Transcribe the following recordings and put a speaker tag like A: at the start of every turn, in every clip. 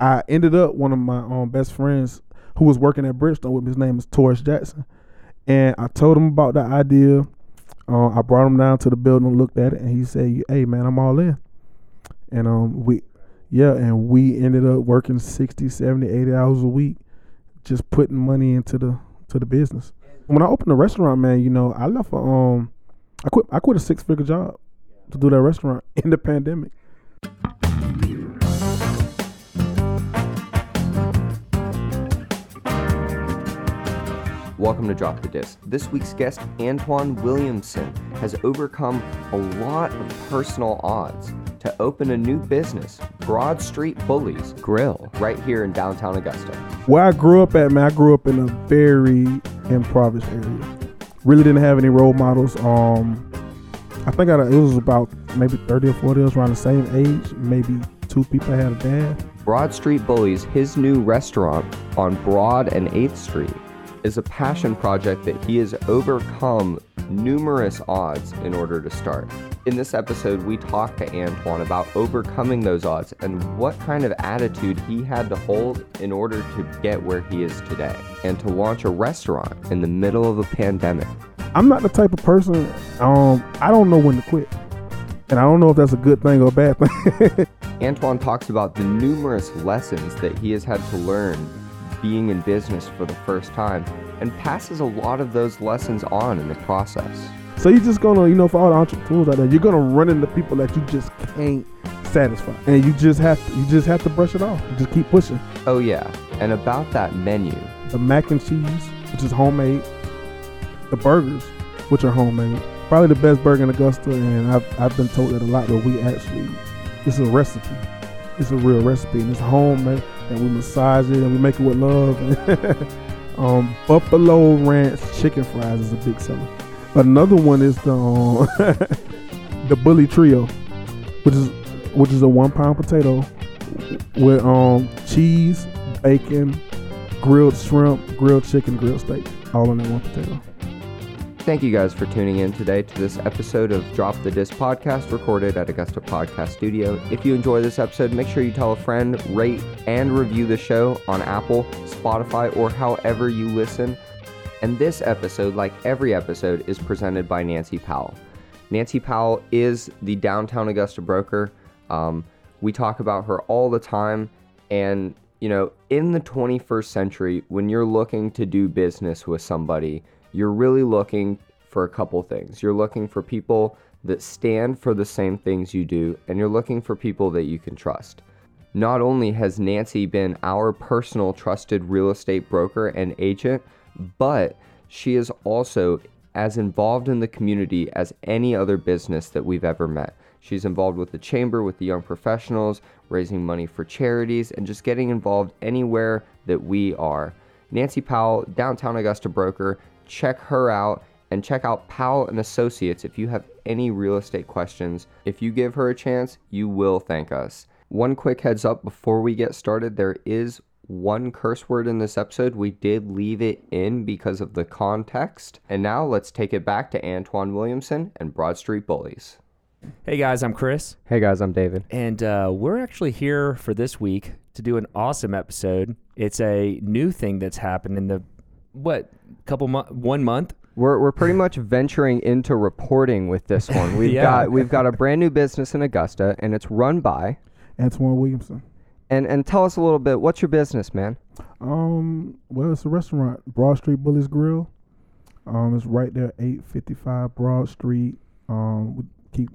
A: I ended up one of my um, best friends who was working at Bridgestone with me. His name is Torres Jackson, and I told him about the idea. Uh, I brought him down to the building, looked at it, and he said, "Hey, man, I'm all in." And um, we, yeah, and we ended up working 60, 70, 80 hours a week, just putting money into the to the business. When I opened the restaurant, man, you know, I left a, um, I quit I quit a six figure job to do that restaurant in the pandemic.
B: Welcome to Drop the Disc. This week's guest, Antoine Williamson, has overcome a lot of personal odds to open a new business, Broad Street Bullies Grill, right here in downtown Augusta.
A: Where I grew up at, man, I grew up in a very impoverished area. Really didn't have any role models. Um, I think I, it was about maybe 30 or 40 of us around the same age. Maybe two people had a dad.
B: Broad Street Bullies, his new restaurant on Broad and 8th Street, is a passion project that he has overcome numerous odds in order to start. In this episode, we talk to Antoine about overcoming those odds and what kind of attitude he had to hold in order to get where he is today and to launch a restaurant in the middle of a pandemic.
A: I'm not the type of person, um, I don't know when to quit. And I don't know if that's a good thing or a bad thing.
B: Antoine talks about the numerous lessons that he has had to learn being in business for the first time and passes a lot of those lessons on in the process.
A: So you're just gonna, you know, for all the entrepreneurs out there, you're gonna run into people that you just can't satisfy, and you just have to, you just have to brush it off. You just keep pushing.
B: Oh yeah, and about that menu,
A: The mac and cheese, which is homemade, the burgers, which are homemade, probably the best burger in Augusta, and I've I've been told that a lot. But we actually, it's a recipe. It's a real recipe, and it's homemade, and we massage it, and we make it with love. um, Buffalo Ranch chicken fries is a big seller. Another one is the um, the Bully Trio, which is which is a one pound potato with um cheese, bacon, grilled shrimp, grilled chicken, grilled steak, all in that one potato.
B: Thank you guys for tuning in today to this episode of Drop the Disc podcast recorded at Augusta Podcast Studio. If you enjoy this episode, make sure you tell a friend, rate, and review the show on Apple, Spotify, or however you listen. And this episode, like every episode, is presented by Nancy Powell. Nancy Powell is the downtown Augusta broker. Um, we talk about her all the time. And, you know, in the 21st century, when you're looking to do business with somebody, you're really looking for a couple things. You're looking for people that stand for the same things you do, and you're looking for people that you can trust. Not only has Nancy been our personal trusted real estate broker and agent, but she is also as involved in the community as any other business that we've ever met. She's involved with the chamber, with the young professionals, raising money for charities, and just getting involved anywhere that we are. Nancy Powell, downtown Augusta broker, check her out and check out Powell and Associates if you have any real estate questions. If you give her a chance, you will thank us. One quick heads up before we get started, there is one curse word in this episode. We did leave it in because of the context. And now let's take it back to Antoine Williamson and Broad Street Bullies.
C: Hey guys, I'm Chris,
B: Hey guys, I'm David.
C: and uh, we're actually here for this week to do an awesome episode. It's a new thing that's happened in the what couple month, one month.
B: We're, we're pretty much venturing into reporting with this one. We've
C: Yeah.
B: got we've got a brand new business in Augusta and it's run by
A: Antoine Williamson.
B: and and tell us a little bit what's your business, man?
A: Um, well, it's a restaurant, Broad Street Bullies Grill. Um, it's right there, eight fifty five Broad Street. Um, we keep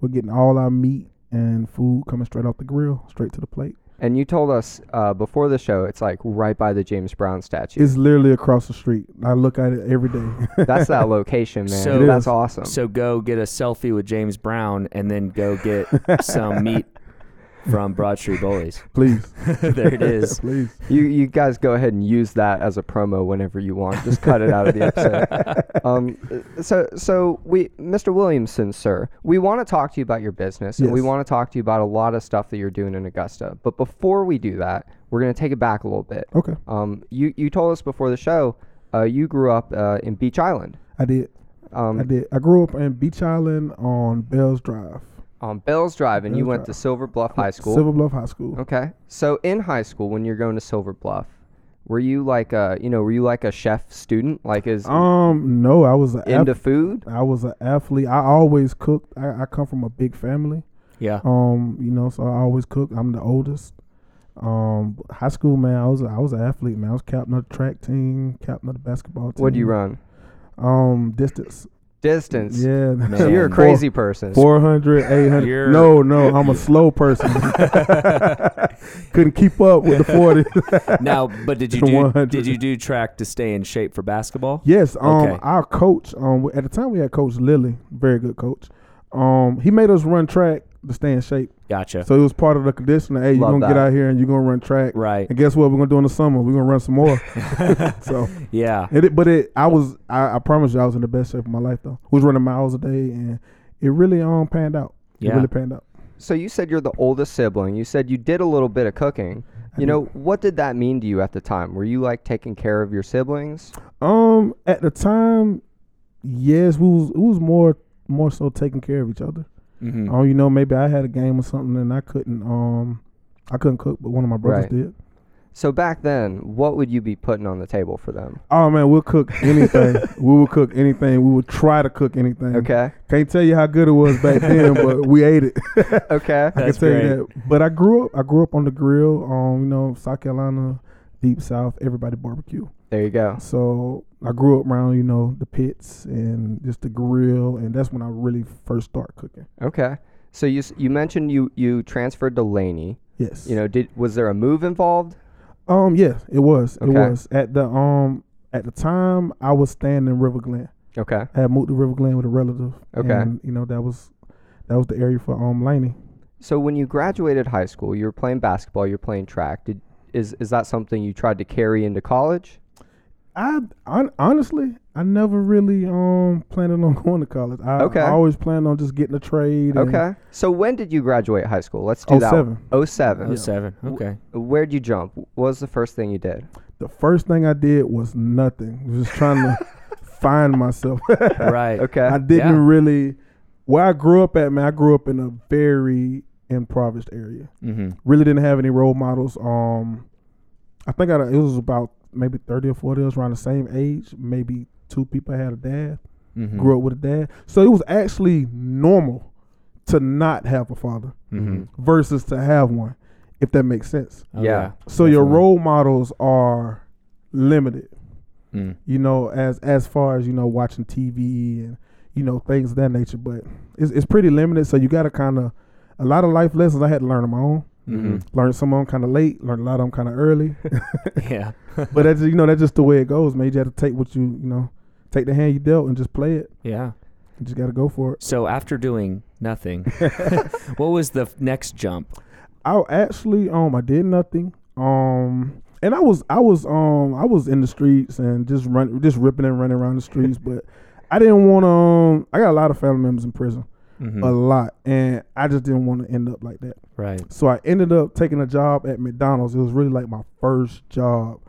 A: we're getting all our meat and food coming straight off the grill, straight to the plate.
B: And you told us uh, before the show it's like right by the James Brown statue.
A: It's literally across the street. I look at it every day.
B: That's that location, man.
C: So- It
B: That's
A: is.
B: awesome.
C: So go get a selfie with James Brown, and then go get some meat from Broad Street Bullies.
A: Please,
C: there it is.
A: please.
B: you you guys go ahead and use that as a promo whenever you want. Just cut it out of the episode. Um, so so we, Mr. Williamson, sir, we want to talk to you about your business, and we
A: Yes.
B: want to talk to you about a lot of stuff that you're doing in Augusta. But before we do that, we're gonna take it back a little bit.
A: Okay,
B: Um, you you told us before the show, uh, you grew up uh, in Beach Island.
A: I did. I
B: Um,
A: did. I grew up in Beach Island on Bells Drive.
B: on Bells Drive, and you
A: Bells
B: went
A: Drive.
B: to Silver Bluff High School.
A: Silver Bluff High School.
B: Okay. So in high school, when you're going to Silver Bluff, were you like a you know were you like a chef student? Like is
A: Um, no, I was an
B: into food?
A: I was an athlete. I always cooked. I, I come from a big family.
C: Yeah.
A: Um, you know, so I always cook. I'm the oldest. Um, high school man, I was a, I was an athlete man. I was captain of the track team, captain of the basketball team.
B: What do you run?
A: Um, distance.
B: Distance.
A: Yeah, man.
B: So you're a
C: Man.
B: crazy person.
A: 400, 800.
C: You're-
A: No, no, I'm a slow person. Couldn't keep up with the 40.
C: now, but did you
A: To
C: do,
A: 100.
C: did you do track to stay in shape for basketball?
A: Yes, um,
C: Okay.
A: our coach, um, at the time we had Coach Lilly, very good coach. Um, he made us run track to stay in shape.
C: Gotcha.
A: So it was part of the conditioning. Hey, you're
B: Love
A: gonna get
B: that.
A: out here and you're gonna run track.
C: right.
A: And guess what? We're gonna do in the summer. We're gonna run some more. so,
C: Yeah.
A: and it, but it, I was, I, I promise you, I was in the best shape of my life though. We was running miles a day, and it really um panned out. It
C: Yeah.
A: really panned out.
B: So you said you're the oldest sibling. You said you did a little bit of cooking. You
A: did.
B: know, what did that mean to you at the time? Were you like taking care of your siblings?
A: Um, at the time, yes, we was, it was more, more so taking care of each other.
B: Mm.
C: Mhm.
A: Oh, you know, maybe I had a game or something, and I couldn't, um, I couldn't cook, but one of my brothers
B: Right.
A: did.
B: So back then, what would you be putting on the table for them?
A: Oh man, we'll cook anything. we would cook anything. We would try to cook anything.
B: Okay.
A: Can't tell you how good it was back then, but we ate it.
B: Okay.
A: I can
C: That's
A: tell
C: great.
A: you that. But I grew up. I grew up on the grill. Um, you know, South Carolina, deep south, everybody barbecue.
B: There you go.
A: So I grew up around you know the pits and just the grill, and that's when I really first start cooking.
B: Okay. So you s- you mentioned you you transferred to Laney.
A: Yes.
B: You know, did was there a move involved?
A: Um. Yeah. It was. It
B: Okay.
A: was at the um at the time I was staying in River Glen.
B: Okay.
A: I had moved to River Glen with a relative.
B: Okay.
A: And you know that was that was the area for um Laney.
B: So when you graduated high school, you were playing basketball, you were playing track. Did is is that something you tried to carry into college?
A: I hon- honestly, I never really um planned on going to college. I,
B: Okay.
A: I always planned on just getting a trade. and-
B: Okay. So when did you graduate high school? Let's do that.
A: 07.
B: Oh seven.
C: Oh, seven. Okay.
B: Where'd you jump? What was the first thing you did?
A: The first thing I did was nothing. I was just trying to find myself.
C: right.
B: Okay.
A: I didn't
C: Yeah.
A: really. Where I grew up at, man, I grew up in a very impoverished area.
C: Mm-hmm.
A: Really didn't have any role models. Um, I think I, it was about maybe thirty or forty. of us around the same age. Maybe two people had a dad.
C: Mm-hmm.
A: Grew up with a dad, so it was actually normal to not have a father.
C: Mm-hmm.
A: versus to have one, if that makes sense.
C: Oh,
B: Yeah.
A: So your
C: Definitely.
A: role models are limited,
C: Mm.
A: you know, as as far as you know, watching TV and you know things of that nature. But it's it's pretty limited, so you got to kind of a lot of life lessons I had to learn on my own.
C: Mhm.
A: Learned some on kind of late, learned a lot of them kind of early.
C: Mm-hmm. yeah.
A: but that's you know that's just the way it goes, man. You have to take what you you know, take the hand you dealt and just play it.
C: Yeah.
A: You just got to go for it.
C: So after doing nothing, what was the f- next jump?
A: I actually um I did nothing. Um and I was I was um I was in the streets and just run just ripping and running around the streets, but I didn't want to. Um, I got a lot of family members in prison,
C: Mhm.
A: a lot, and I just didn't want to end up like that.
C: Right.
A: So I ended up taking a job at McDonald's. It was really like my first job,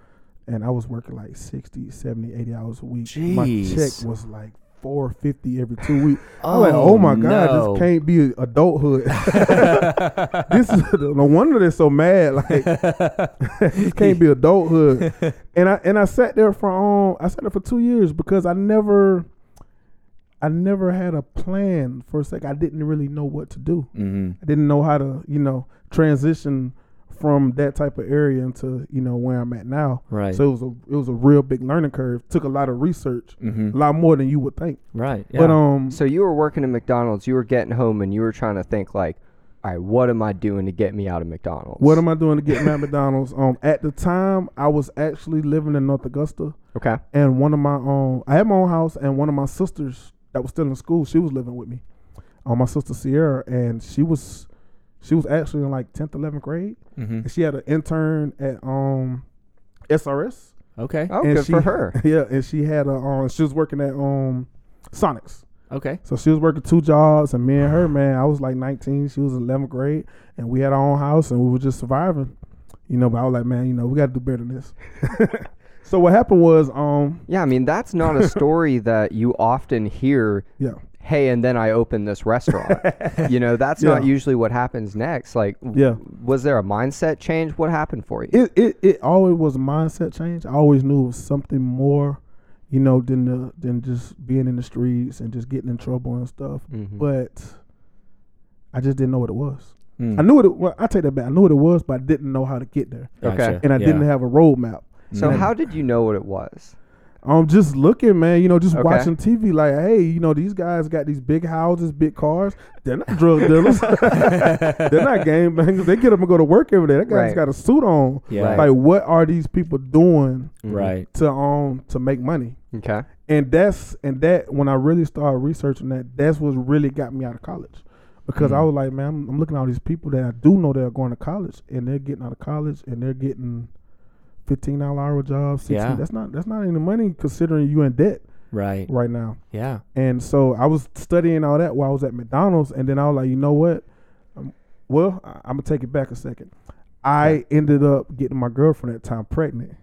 A: and I was working like 60, 70, 80 hours a week. My
C: Jeez.
A: check was like four fifty every two weeks. I'm like, oh my god,
C: no.
A: this can't be adulthood. this is no wonder they're so mad. Like this can't be adulthood. and I and I sat there for um I sat there for two years because I never I never had a plan for a sec. I didn't really know what to do.
C: Mhm.
A: I didn't know how to you know transition from that type of area into you know where I'm at now.
C: Right.
A: So it was a it was a real big learning curve. Took a lot of research,
C: Mhm.
A: a lot more than you would think.
C: Right.
A: But
C: yeah.
A: um,
B: So you were working at McDonald's, you were getting home and you were trying to think like, all right, what am I doing to get me out of McDonald's?
A: what am I doing to get Matt McDonald's? Um, at the time I was actually living in North Augusta,
B: Okay.
A: and one of my um, I had my own house, and one of my sisters that was still in school, she was living with me. Um, my sister Sierra, and she was, she was actually in like tenth, eleventh grade,
C: Mhm.
A: and she had an intern at um, SRS.
C: Okay.
B: Oh,
A: and
B: good
A: she,
B: for her.
A: Yeah, and she had a um, she was working at um, Sonics.
C: Okay.
A: So she was working two jobs, and me and her, man, I was like 19, she was in 11th grade, and we had our own house, and we were just surviving, you know. But I was like, man, you know, we got to do better than this. so what happened was, um,
B: Yeah, I mean that's not a story that you often hear
A: yeah,
B: hey, and then I open this restaurant. you know, that's not
A: Yeah.
B: usually what happens next. Like, w-
A: Yeah.
B: was there a mindset change? What happened for you?
A: it, it it always was a mindset change. I always knew it was something more, you know, than the than just being in the streets and just getting in trouble and stuff.
B: Mhm.
A: But I just didn't know what it was.
C: Mm.
A: I knew what it. Well, I take that back. I knew what it was, but I didn't know how to get there,
B: Okay.
A: and I
C: Yeah.
A: didn't have a roadmap.
B: so,
A: Mm.
B: how did you know what it was?
A: Um, just looking, man. You know, just
B: Okay.
A: watching TV. Like, hey, you know, these guys got these big houses, big cars. They're not drug dealers. They're not gang bangers. They get up and go to work every day. That guy's
B: Right.
A: got a suit on.
C: Yeah.
A: Like, what are these people doing
C: Right.
A: to um to make money?
B: Mm-hmm. Okay.
A: And that's and that when I really started researching that, that's what really got me out of college. Because I
C: Mhm.
A: was like, man, I'm, I'm looking at all these people that I do know that are going to college, and they're getting out of college, and they're getting fifteen dollar hour jobs. 16.
C: Yeah.
A: that's not that's not any money considering you in debt
C: Right.
A: right now.
C: Yeah.
A: And so I was studying all that while I was at McDonald's, and then I was like, you know what? Um, well, I, I'm gonna take it back a second. I ended up getting my girlfriend at the time pregnant,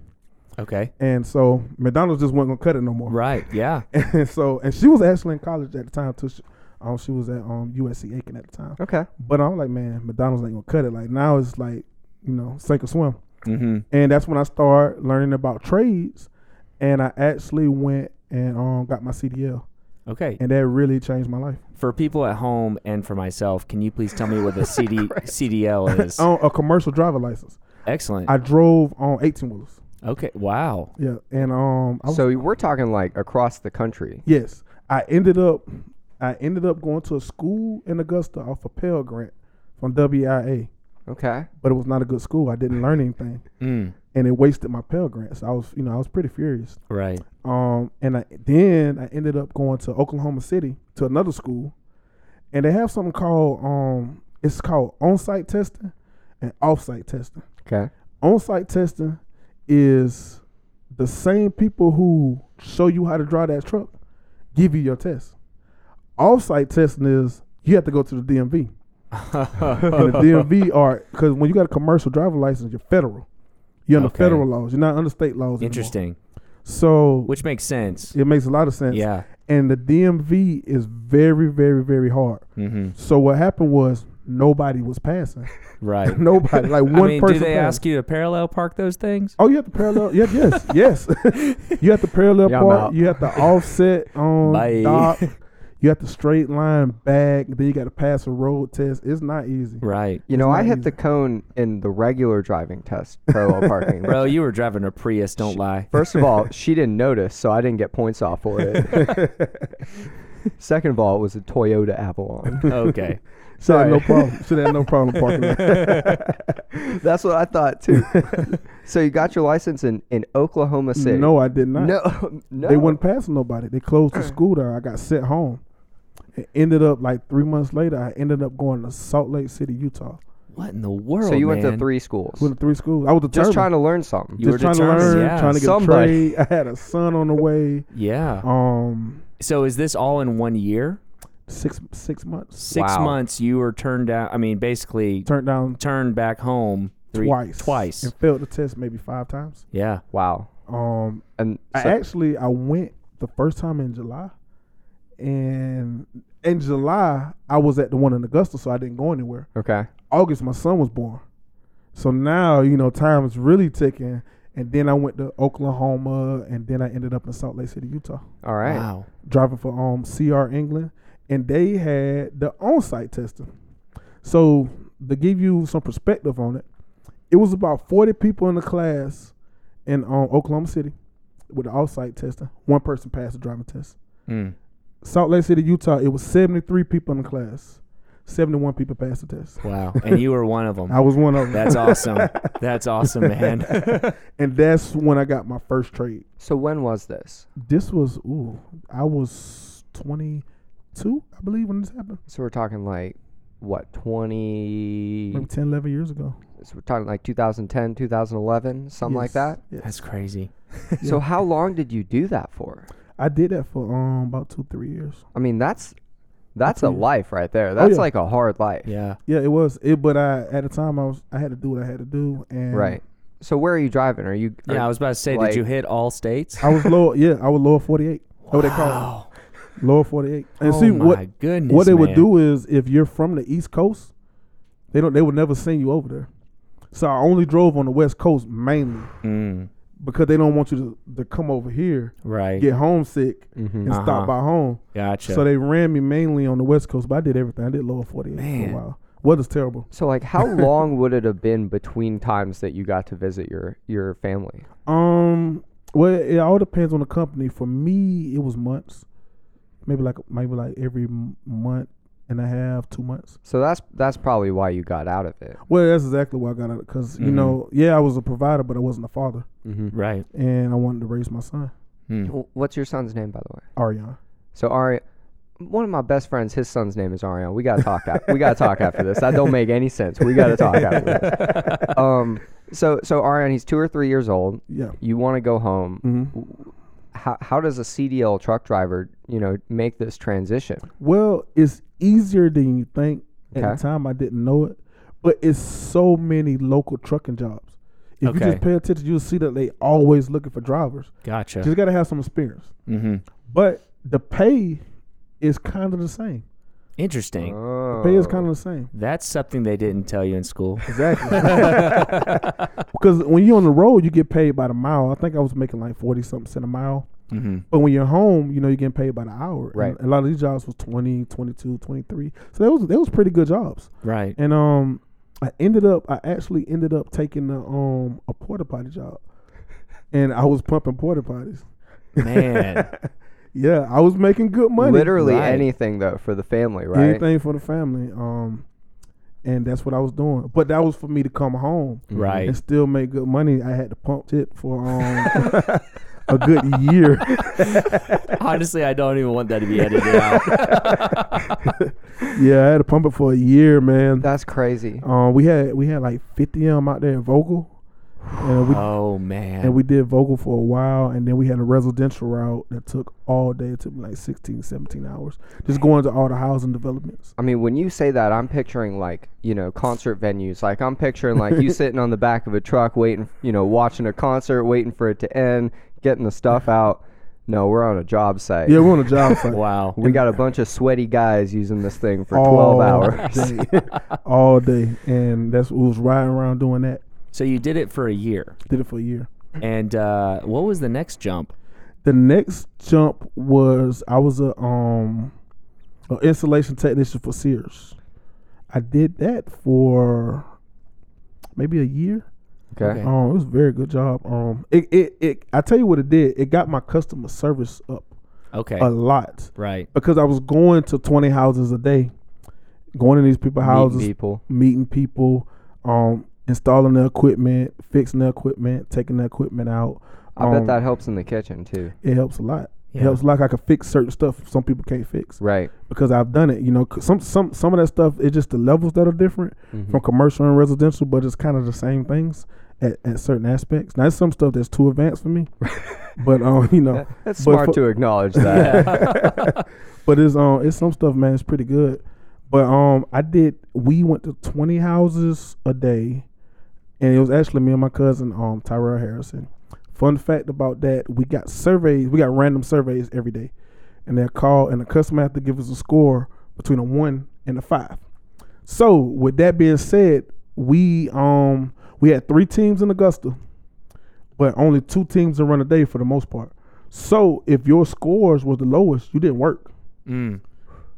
C: Okay.
A: and so McDonald's just wasn't gonna cut it no more.
C: Right. Yeah.
A: And so, and she was actually in college at the time too. She, um, she was at um USC Aiken at the time.
B: Okay.
A: But I'm like, man, McDonald's ain't gonna cut it. Like now, it's like you know, sink or swim.
C: Mm-hmm.
A: And that's when I started learning about trades, and I actually went and um got my CDL,
C: Okay.
A: and that really changed my life.
C: for people at home and for myself, can you please tell me what the CD CDL is?
A: on a commercial driver license.
C: Excellent.
A: Oh, I drove on 18 wheelers.
C: okay. Wow.
A: Yeah, and um, I was,
B: So, we're talking like across the country.
A: yes, I ended up, I ended up going to a school in Augusta off a Pell Grant from WIA,
B: Okay.
A: but it was not a good school. I didn't learn anything,
C: Mm.
A: and it wasted my Pell Grant. So I was, you know, I was pretty furious.
C: Right.
A: Um, and I, then I ended up going to Oklahoma City to another school, and they have something called um, it's called on-site testing and off-site testing.
B: Okay.
A: on-site testing is the same people who show you how to drive that truck give you your test. Off-site testing is you have to go to the DMV, and the DMV are because when you got a commercial driver license, you're federal. You're under
C: Okay.
A: federal laws. You're not under state laws. anymore.
C: Interesting.
A: So
C: Which makes sense.
A: it makes a lot of sense.
C: Yeah.
A: And the DMV is very, very, very hard.
C: Mm-hmm.
A: So what happened was nobody was passing.
C: Right.
A: nobody, like
C: I
A: one
C: mean,
A: person.
C: do they
A: passed.
C: ask you to parallel park those things?
A: Oh, you have to parallel. Yeah, yes, yes. you have to parallel
B: Yeah, I'm out.
A: part. You have to offset on
C: Bye.
A: dock. You have to straight line back. Then you got to pass a road test. It's not easy.
C: Right.
B: You know,
A: It's
B: I
A: not
B: hit the
A: easy.
B: cone in the regular driving test, parallel parking.
C: Bro, you were driving a Prius. Don't lie.
B: First of all, she didn't notice, so I didn't get points off for it. Second of all, it was a Toyota
C: Oh,
B: Avalon.
C: Okay.
A: Should have
B: Sorry.
A: no problem. Should have no problem parking that.
B: That's what I thought too. so you got your license in, in Oklahoma City.
A: No, I did not.
B: no, no. Mm.
A: They weren't passing nobody. They closed the school there. I got sent home. It ended up like three months later. I ended up going to Salt Lake City, Utah.
C: What in the world?
B: So you went to
C: man?
B: three schools,
A: Went to three schools. I was determined.
B: just trying to learn something.
C: You were
A: Just trying to
C: determined,
A: learn,
C: yeah.
A: trying to get
B: Somebody.
A: a trade. I had a son on the way.
C: Yeah.
A: Um,
C: So is this all in one year?
A: six six months.
C: Six
B: Wow.
C: months you were turned down. I mean, basically
A: Turned down
C: turned back home three,
A: twice.
C: Twice.
A: And failed the test maybe five times.
C: Yeah.
B: wow.
A: Um,
B: And
A: I
B: so-
A: actually I went the first time in July, and in July I was at the one in Augusta, so I didn't go anywhere.
B: okay,
A: August my son was born, so now you know time's really ticking. And then I went to Oklahoma, and then I ended up in Salt Lake City, Utah,
B: all right.
C: Wow.
A: driving for um CR England, and they had the on-site testing. So to give you some perspective on it, it was about forty people in the class in um, Oklahoma City with the off-site testing. One person passed the driving test. Hmm.
C: Mm.
A: Salt Lake City, Utah, it was seventy-three people in the class. Seventy-one people passed the test.
C: Wow. And you were one of them.
A: I was one of them,
C: That's awesome. That's awesome, man.
A: and that's when I got my first trade.
B: So when was this?
A: This was ooh, I was twenty-two, I believe, when this happened.
B: So we're talking like what
A: Maybe
B: twenty?
A: 10, 11 years ago,
B: So we're talking like 2010, 2011, something like
A: Yes,
B: that.
A: yes.
C: That's crazy.
B: So how long did you do that for?
A: I did that for um about two, three years.
B: I mean, that's that's a
A: yeah.
B: life right there.
A: Oh,
B: That's
A: yeah.
B: like a hard life.
C: Yeah.
A: Yeah, it was it, but I at the time I was I had to do what I had to do, and
B: Right. So where are you driving? Are you?
C: Yeah, I
B: are-
C: was about to say,
B: Like-
C: did you hit all states?
A: I was low. yeah, I was lower forty-eight. That's What they call it.
C: Wow.
A: Lower 48. And
C: oh
A: see
C: my
A: what
C: goodness,
A: what they would
C: man.
A: do is if you're from the East Coast, they don't they would never send you over there. So I only drove on the West Coast mainly
C: Mm,
A: because they don't want you to, to come over here,
C: right.
A: get homesick,
B: Mm-hmm.
A: and
C: Uh-huh.
A: stop by home.
C: Gotcha.
A: So they ran me mainly on the West Coast, but I did everything. I did Lower 48 for
C: Man.
A: a while. Weather's terrible.
B: So like, how long would it have been between times that you got to visit your your family?
A: Um, well, it all depends on the company. For me, it was months, maybe like maybe like every m- month and a half, two months.
B: So that's that's probably why you got out of it.
A: Well, that's exactly why I got out because you
C: Mhm.
A: know, yeah, I was a provider, but I wasn't a father,
B: Mm-hmm.
C: right.
A: and I wanted to raise my son,
C: Hmm.
B: What's your son's name, by the way?
A: Ariana.
B: So Ari, one of my best friends, his son's name is Arian. We gotta talk. after, we gotta talk after this. That don't make any sense. We gotta talk after this. Um. So so Arian, he's two or three years old.
A: Yeah.
B: You want to go home.
A: Mm-hmm.
B: How how does a CDL truck driver, you know, make this transition?
A: Well, it's easier than you think. At
B: Okay.
A: the time, I didn't know it, but it's so many local trucking jobs. If you
C: Okay.
A: just pay attention, you'll see that they always looking for drivers.
C: Gotcha.
A: Just gotta have some experience.
C: Mm-hmm.
A: But the pay is kind of the same.
C: Interesting.
A: Uh,
B: Oh.
A: Pay is kind of the same.
C: That's something they didn't tell you in school.
A: Exactly. because when you're on the road, you get paid by the mile. I think I was making like 40 something cent a mile.
C: mm-hmm.
A: But when you're home, you know, you're getting paid by the hour.
B: Right.
A: And a lot of these jobs was 20, 22, 23. So that was, that was pretty good jobs.
C: Right.
A: And um, I ended up, I actually ended up taking a, um, a porta potty job. And I was pumping porta potties.
C: Man.
A: Yeah, I was making good money.
B: Literally
C: Right.
B: anything though for the family, right?
A: anything for the family. Um, and that's what I was doing. But that was for me to come home
C: right.
A: and still make good money. I had to pump it for um, a good year.
C: Honestly, I don't even want that to be edited out.
A: yeah, I had to pump it for a year, man.
B: That's crazy.
A: Um, we had we had like fifty of them out there in Vogel, and we
C: Oh man.
A: and we did Vogel for a while, and then we had a residential route that took all day. It took me like 16, 17 hours just going to all the housing developments.
B: I mean, when you say that, I'm picturing like you know concert venues. Like I'm picturing like you sitting on the back of a truck, waiting, you know, watching a concert, waiting for it to end, getting the stuff out. No, we're on a job site.
A: Yeah, we're on a job site.
C: wow.
B: We got a bunch of sweaty guys using this thing for
A: all
B: 12 hours.
A: day, all day, and that's we was riding around doing that.
C: so you did it for a year,
A: Did it for a year.
C: and uh, what was the next jump?
A: The next jump was I was a um an installation technician for Sears. I did that for maybe a year.
B: Okay.
C: Okay.
A: Um, it was a very good job. Um, it, it it I tell you what it did. It got my customer service up
C: Okay.
A: a lot
C: right.
A: because I was going to twenty houses a day, going in these people's houses,
B: Meeting people.
A: meeting people, um, installing the equipment, fixing the equipment, taking the equipment out.
B: I
A: Um,
B: bet that helps in the kitchen too.
A: it helps a lot.
C: Yeah.
A: It helps a lot. I can fix certain stuff some people can't fix
B: Right.
A: because I've done it. You know, 'cause some some some of that stuff it's just the levels that are different
B: Mhm.
A: from commercial and residential, but it's kind of the same things at, at certain aspects. Now, it's some stuff that's too advanced for me, but um, you know,
B: That- That's
A: but
B: smart
A: for-
B: to acknowledge that.
A: but it's um, it's some stuff, man. It's pretty good. But um, I did. We went to twenty houses a day, and it was actually me and my cousin, um, Tyrell Harrison. Fun fact about that: we got surveys. We got random surveys every day, and they're called, and the customer have to give us a score between a one and a five. So, with that being said, we um we had three teams in Augusta, but only two teams that run a day for the most part. So, if your scores were the lowest, you didn't work
C: Mm.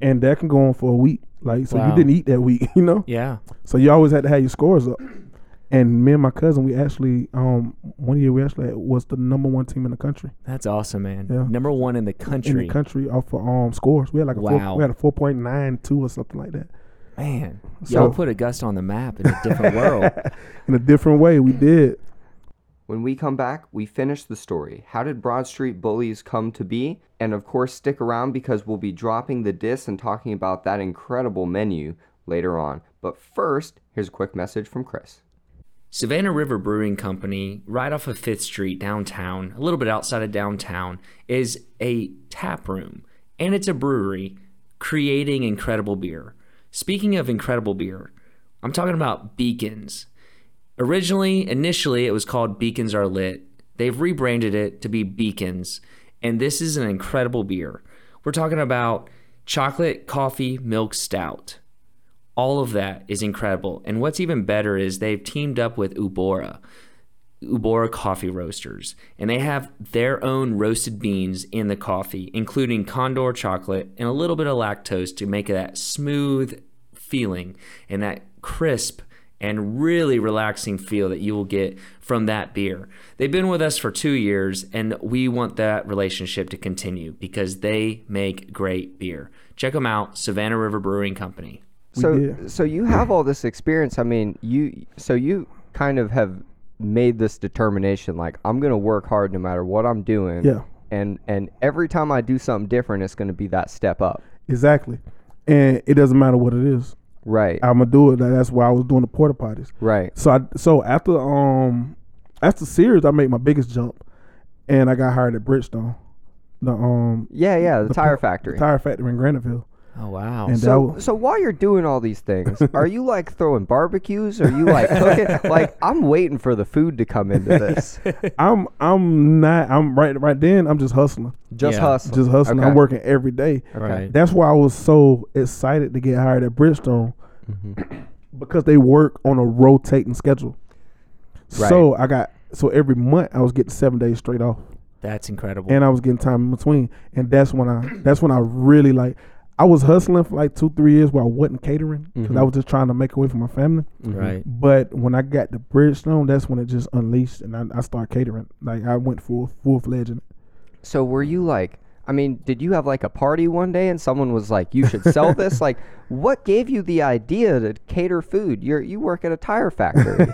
A: and that can go on for a week. Like so,
C: Wow.
A: you didn't eat that week, you know.
C: Yeah.
A: So you always had to have your scores up. And me and my cousin, we actually um one year we actually had, was the number one team in the country
C: That's awesome, man.
A: Yeah.
C: Number one in the country.
A: in the country off of um scores. We had like a four,
C: Wow.
A: we had a four point nine two or something like that.
C: Man,
A: So-
C: y'all put Augusta on the map in a different world.
A: In a different way, we did.
B: When we come back, we finish the story. How did Broad Street Bullies come to be? And of course, stick around because we'll be dropping the disc and talking about that incredible menu later on. But first, here's a quick message from Chris.
C: Savannah River Brewing Company, right off of Fifth Street downtown, a little bit outside of downtown, is a tap room and it's a brewery creating incredible beer. Speaking of incredible beer, I'm talking about Beacons. Originally, initially, it was called Beacons Are Lit. They've rebranded it to be Beacons, and this is an incredible beer. We're talking about chocolate, coffee, milk stout. All of that is incredible. And what's even better is they've teamed up with Ubora, Ubora Coffee Roasters, and they have their own roasted beans in the coffee, including Condor chocolate and a little bit of lactose to make that smooth feeling and that crisp and really relaxing feel that you will get from that beer. They've been with us for two years, and we want that relationship to continue because they make great beer. Check them out, Savannah River Brewing Company.
B: So
A: did.
B: so you have all this experience. I mean, you so you kind of have made this determination like I'm going to work hard no matter what I'm doing.
A: Yeah.
B: And and every time I do something different, it's going to be that step up.
A: Exactly. And it doesn't matter what it is.
B: Right.
A: I'm gonna do it. That- That's why I was doing the porta potties.
B: right.
A: So I so after um after Sears, I made my biggest jump, and I got hired at Bridgestone, the um
B: Yeah, yeah, the, tire factory.
A: tire factory in Graniteville.
C: Oh, wow.
A: And that
B: so,
A: was,
B: so while you're doing all these things, are you like throwing barbecues? Are you like cooking? like I'm waiting for the food to come into this.
A: I'm I'm not I'm right right then I'm just hustling,
B: Just
C: Yeah.
B: hustle.
A: just hustling.
B: Okay.
A: I'm working every day.
C: Right.
A: That's why I was so excited to get hired at Bridgestone
B: Mm-hmm.
A: because they work on a rotating schedule. So I got so every month I was getting seven days straight off.
C: That's incredible.
A: and I was getting time in between. And that's when I that's when I really like I was hustling for like two three years where I wasn't catering because
B: Mm-hmm.
A: I was just trying to make a way for my family.
C: Right.
A: But when I got to Bridgestone, that's when it just unleashed and I, I started catering. Like I went full full fledged.
B: So were you like? I mean, did you have like a party one day and someone was like, "You should sell this"? like, what gave you the idea to cater food? You are you work at a tire factory.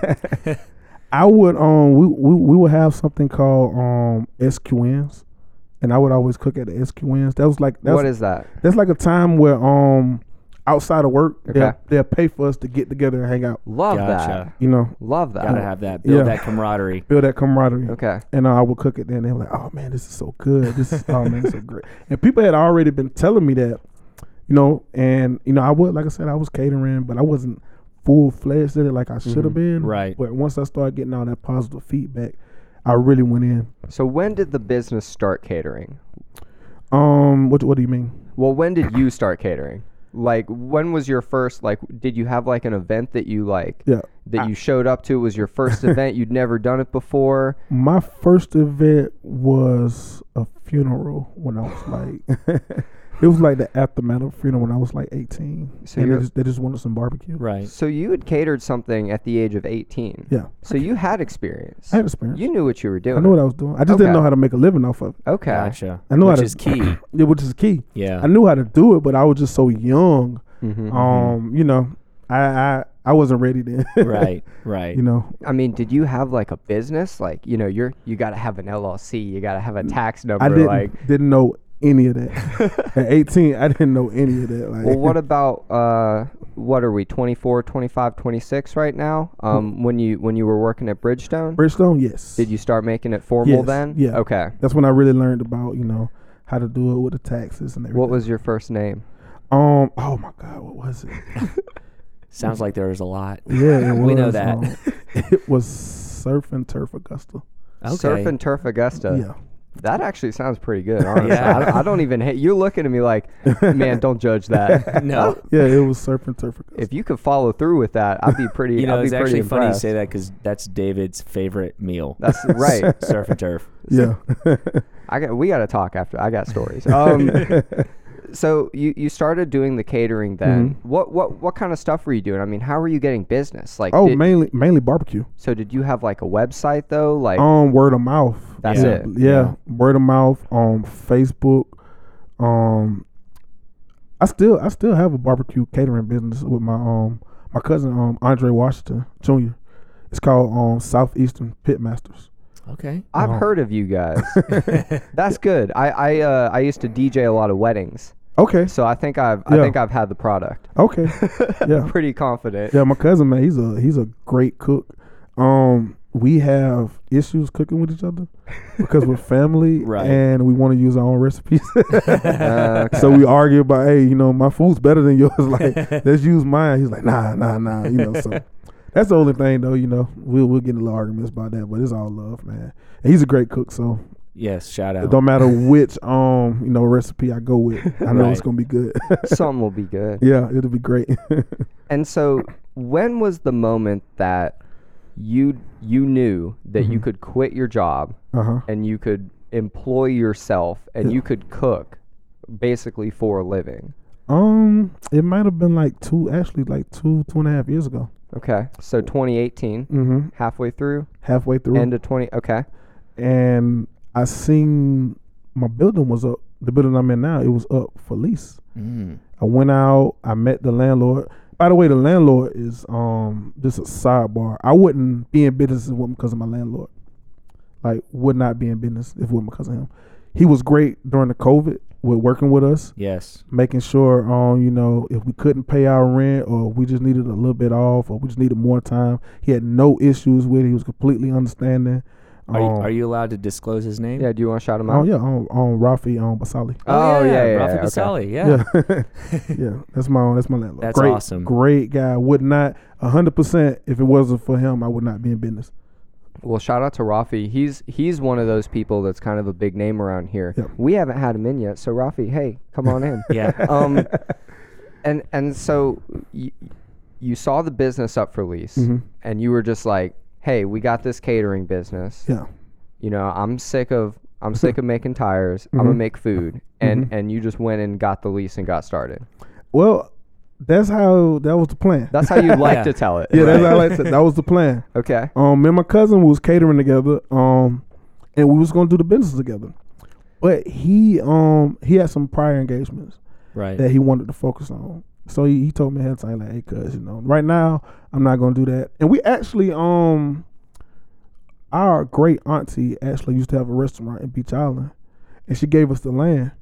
A: I would um we, we we would have something called um SQNs, and I would always cook at the SQNs. That was like that
B: what
A: was,
B: is that?
A: that's like a time where um outside of work
B: Okay.
A: they'll, they'll pay for us to get together and hang out.
B: Love
C: Gotcha.
A: You know,
B: that. Love that.
C: Gotta have that. Build
A: Yeah.
C: that camaraderie.
A: build that camaraderie.
B: Okay.
A: and uh, I would cook it. Then they were like, "Oh man, this is so good. This is oh man, it's so great." And people had already been telling me that, you know. And you know, I would like I said, I was catering, but I wasn't full fledged at it like I should have been.
C: Right.
A: But once I started getting all that positive feedback, I really went in.
B: So when did the business start catering?
A: Um, what what do you mean?
B: Well, when did you start catering? Like, when was your first like? Did you have like an event that you like?
A: Yeah.
B: That you showed up to was your first event. You'd never done it before.
A: My first event was a funeral when I was like. It was like the aftermath of a funeral when I was like 18.
B: So
A: and they
B: you're-
A: just, they just wanted some barbecue.
C: Right.
B: So you had catered something at the age of eighteen.
A: Yeah.
B: So you had experience.
A: I had experience.
B: You knew what you were doing.
A: I knew what I was doing. I just didn't
B: Okay.
A: know how to make a living off of it.
B: Okay.
C: Gotcha.
A: I know how
C: Which
A: to-
C: is key.
A: Yeah, which is key.
C: Yeah.
A: I knew how to do it, but I was just so young.
B: Mm-hmm,
A: Um, you know, I, I I wasn't ready then.
C: right. Right.
A: you know,
B: I mean, did you have like a business? Like, you know, you're you got to have an LLC. You got to have a tax number.
A: Mm. I didn't
B: Like,
A: didn't know any of that. At 18, I didn't know any of that. Like,
B: well, what about uh, what are we? 24, 25, 26 right now? Um, when you when you were working at Bridgestone,
A: Bridgestone? Yes.
B: did you start making it formal
A: Yes,
B: then?
A: yeah.
B: Okay.
A: That's when I really learned about you know how to do it with the taxes and everything.
B: What was your first name?
A: um? Oh my God, what was it?
C: Sounds like there was a lot.
A: Yeah, it was,
C: We know that.
A: um, it was Surf and Turf Augusta.
C: Okay.
B: Surf and Turf Augusta.
A: Yeah.
B: That actually sounds pretty good. Honestly,
C: Yeah.
B: I, I don't even. Hate, you're looking at me like, man, don't judge that.
C: No.
A: Yeah, it was Surf and Turf Augusta.
B: If you could follow through with that, I'd be pretty.
C: You know,
B: I'd be
C: it's
B: pretty
C: actually funny you
B: impressed.
C: say that because that's David's favorite meal.
B: That's right.
C: Surf and turf.
A: yeah.
B: I got we got to talk after. I got stories. Um, so you you started doing the catering then.
A: Mm-hmm.
B: What what what kind of stuff were you doing? I mean, how were you getting business? Like,
A: Oh,
B: did-
A: mainly mainly barbecue.
B: so did you have like a website though? Like,
A: Um, word of mouth.
B: That's
A: yeah.
B: it.
A: Yeah. word of mouth. Um, Facebook. Um, I still I still have a barbecue catering business with my um my cousin um Andre Washington Jr. It's called um Southeastern Pitmasters.
C: Okay.
A: Oh.
B: I've heard of you guys. That's good. I I uh, I used to DJ a lot of weddings,
A: Okay,
B: so I think I've I
A: Yeah.
B: think I've had the product.
A: okay, yeah,
B: Pretty confident.
A: yeah. My cousin man, he's a he's a great cook. Um, we have issues cooking with each other because we're family,
C: Right.
A: And we want to use our own recipes.
B: Uh,
A: So we argue about, hey, you know, my food's better than yours. like, let's use mine. He's like, nah, nah, nah. You know, so that's the only thing though. You know, we'll we'll get into little arguments about that, but it's all love, man. And he's a great cook, so
D: Yes, shout
A: It
D: out.
A: don't matter which um you know recipe I go with. I know it's
D: Right.
A: gonna be good.
B: Some will be good.
A: yeah, it'll be great.
B: And so, when was the moment that you you knew that
A: Mm-hmm.
B: you could quit your job
A: uh huh.
B: and you could employ yourself and you could cook basically for a living?
A: Um, it might have been like two, actually like two, two and a half years ago.
B: Okay, so 2018,
A: Mm-hmm.
B: halfway through,
A: Halfway through,
B: end of 20. Okay,
A: and I seen my building was up. The building I'm in now, it was up for lease.
D: Mm.
A: I went out. I met the landlord. By the way, the landlord is um just a sidebar. I wouldn't be in business with him because of my landlord. Like, would not be in business if it wasn't because of him. He was great during the COVID with working with us,
D: Yes.
A: making sure um you know if we couldn't pay our rent or we just needed a little bit off or we just needed more time. He had no issues with. it. He was completely understanding.
D: Are, you,
A: Um,
D: are you allowed to disclose his name?
B: yeah. Do you want to shout him
A: Oh
B: out?
A: yeah, on on Rafi on Basali.
B: Oh, yeah, yeah,
D: Rafi
B: yeah, okay.
D: Basali, yeah.
A: Yeah, yeah. That's my that's my landlord.
D: That's
A: great,
D: awesome.
A: Great guy. Would not hundred percent. If it wasn't for him, I would not be in business.
B: Well, shout out to Rafi. He's he's one of those people that's kind of a big name around here.
A: Yep.
B: We haven't had him in yet, so Rafi, hey, come on in.
D: Yeah.
B: um, and and so you, you saw the business up for lease,
A: Mhm.
B: and you were just like, "Hey, we got this catering business.
A: Yeah,
B: You know, I'm sick of I'm sick of making tires. I'm
A: Mm-hmm.
B: gonna make food." And and you just went and got the lease and got started.
A: well, that's how that was the plan.
B: That's how you like
D: Yeah.
B: to tell it.
A: yeah, that's how I like to, that was the plan.
B: Okay.
A: Um, me and my cousin was catering together. Um, and we was gonna do the business together, but he um he had some prior engagements
D: Right.
A: that he wanted to focus on. So he, he told me ahead of time like, "Hey, cuz, you know, right now I'm not gonna do that." And we actually um our great auntie actually used to have a restaurant in Beach Island, and she gave us the land,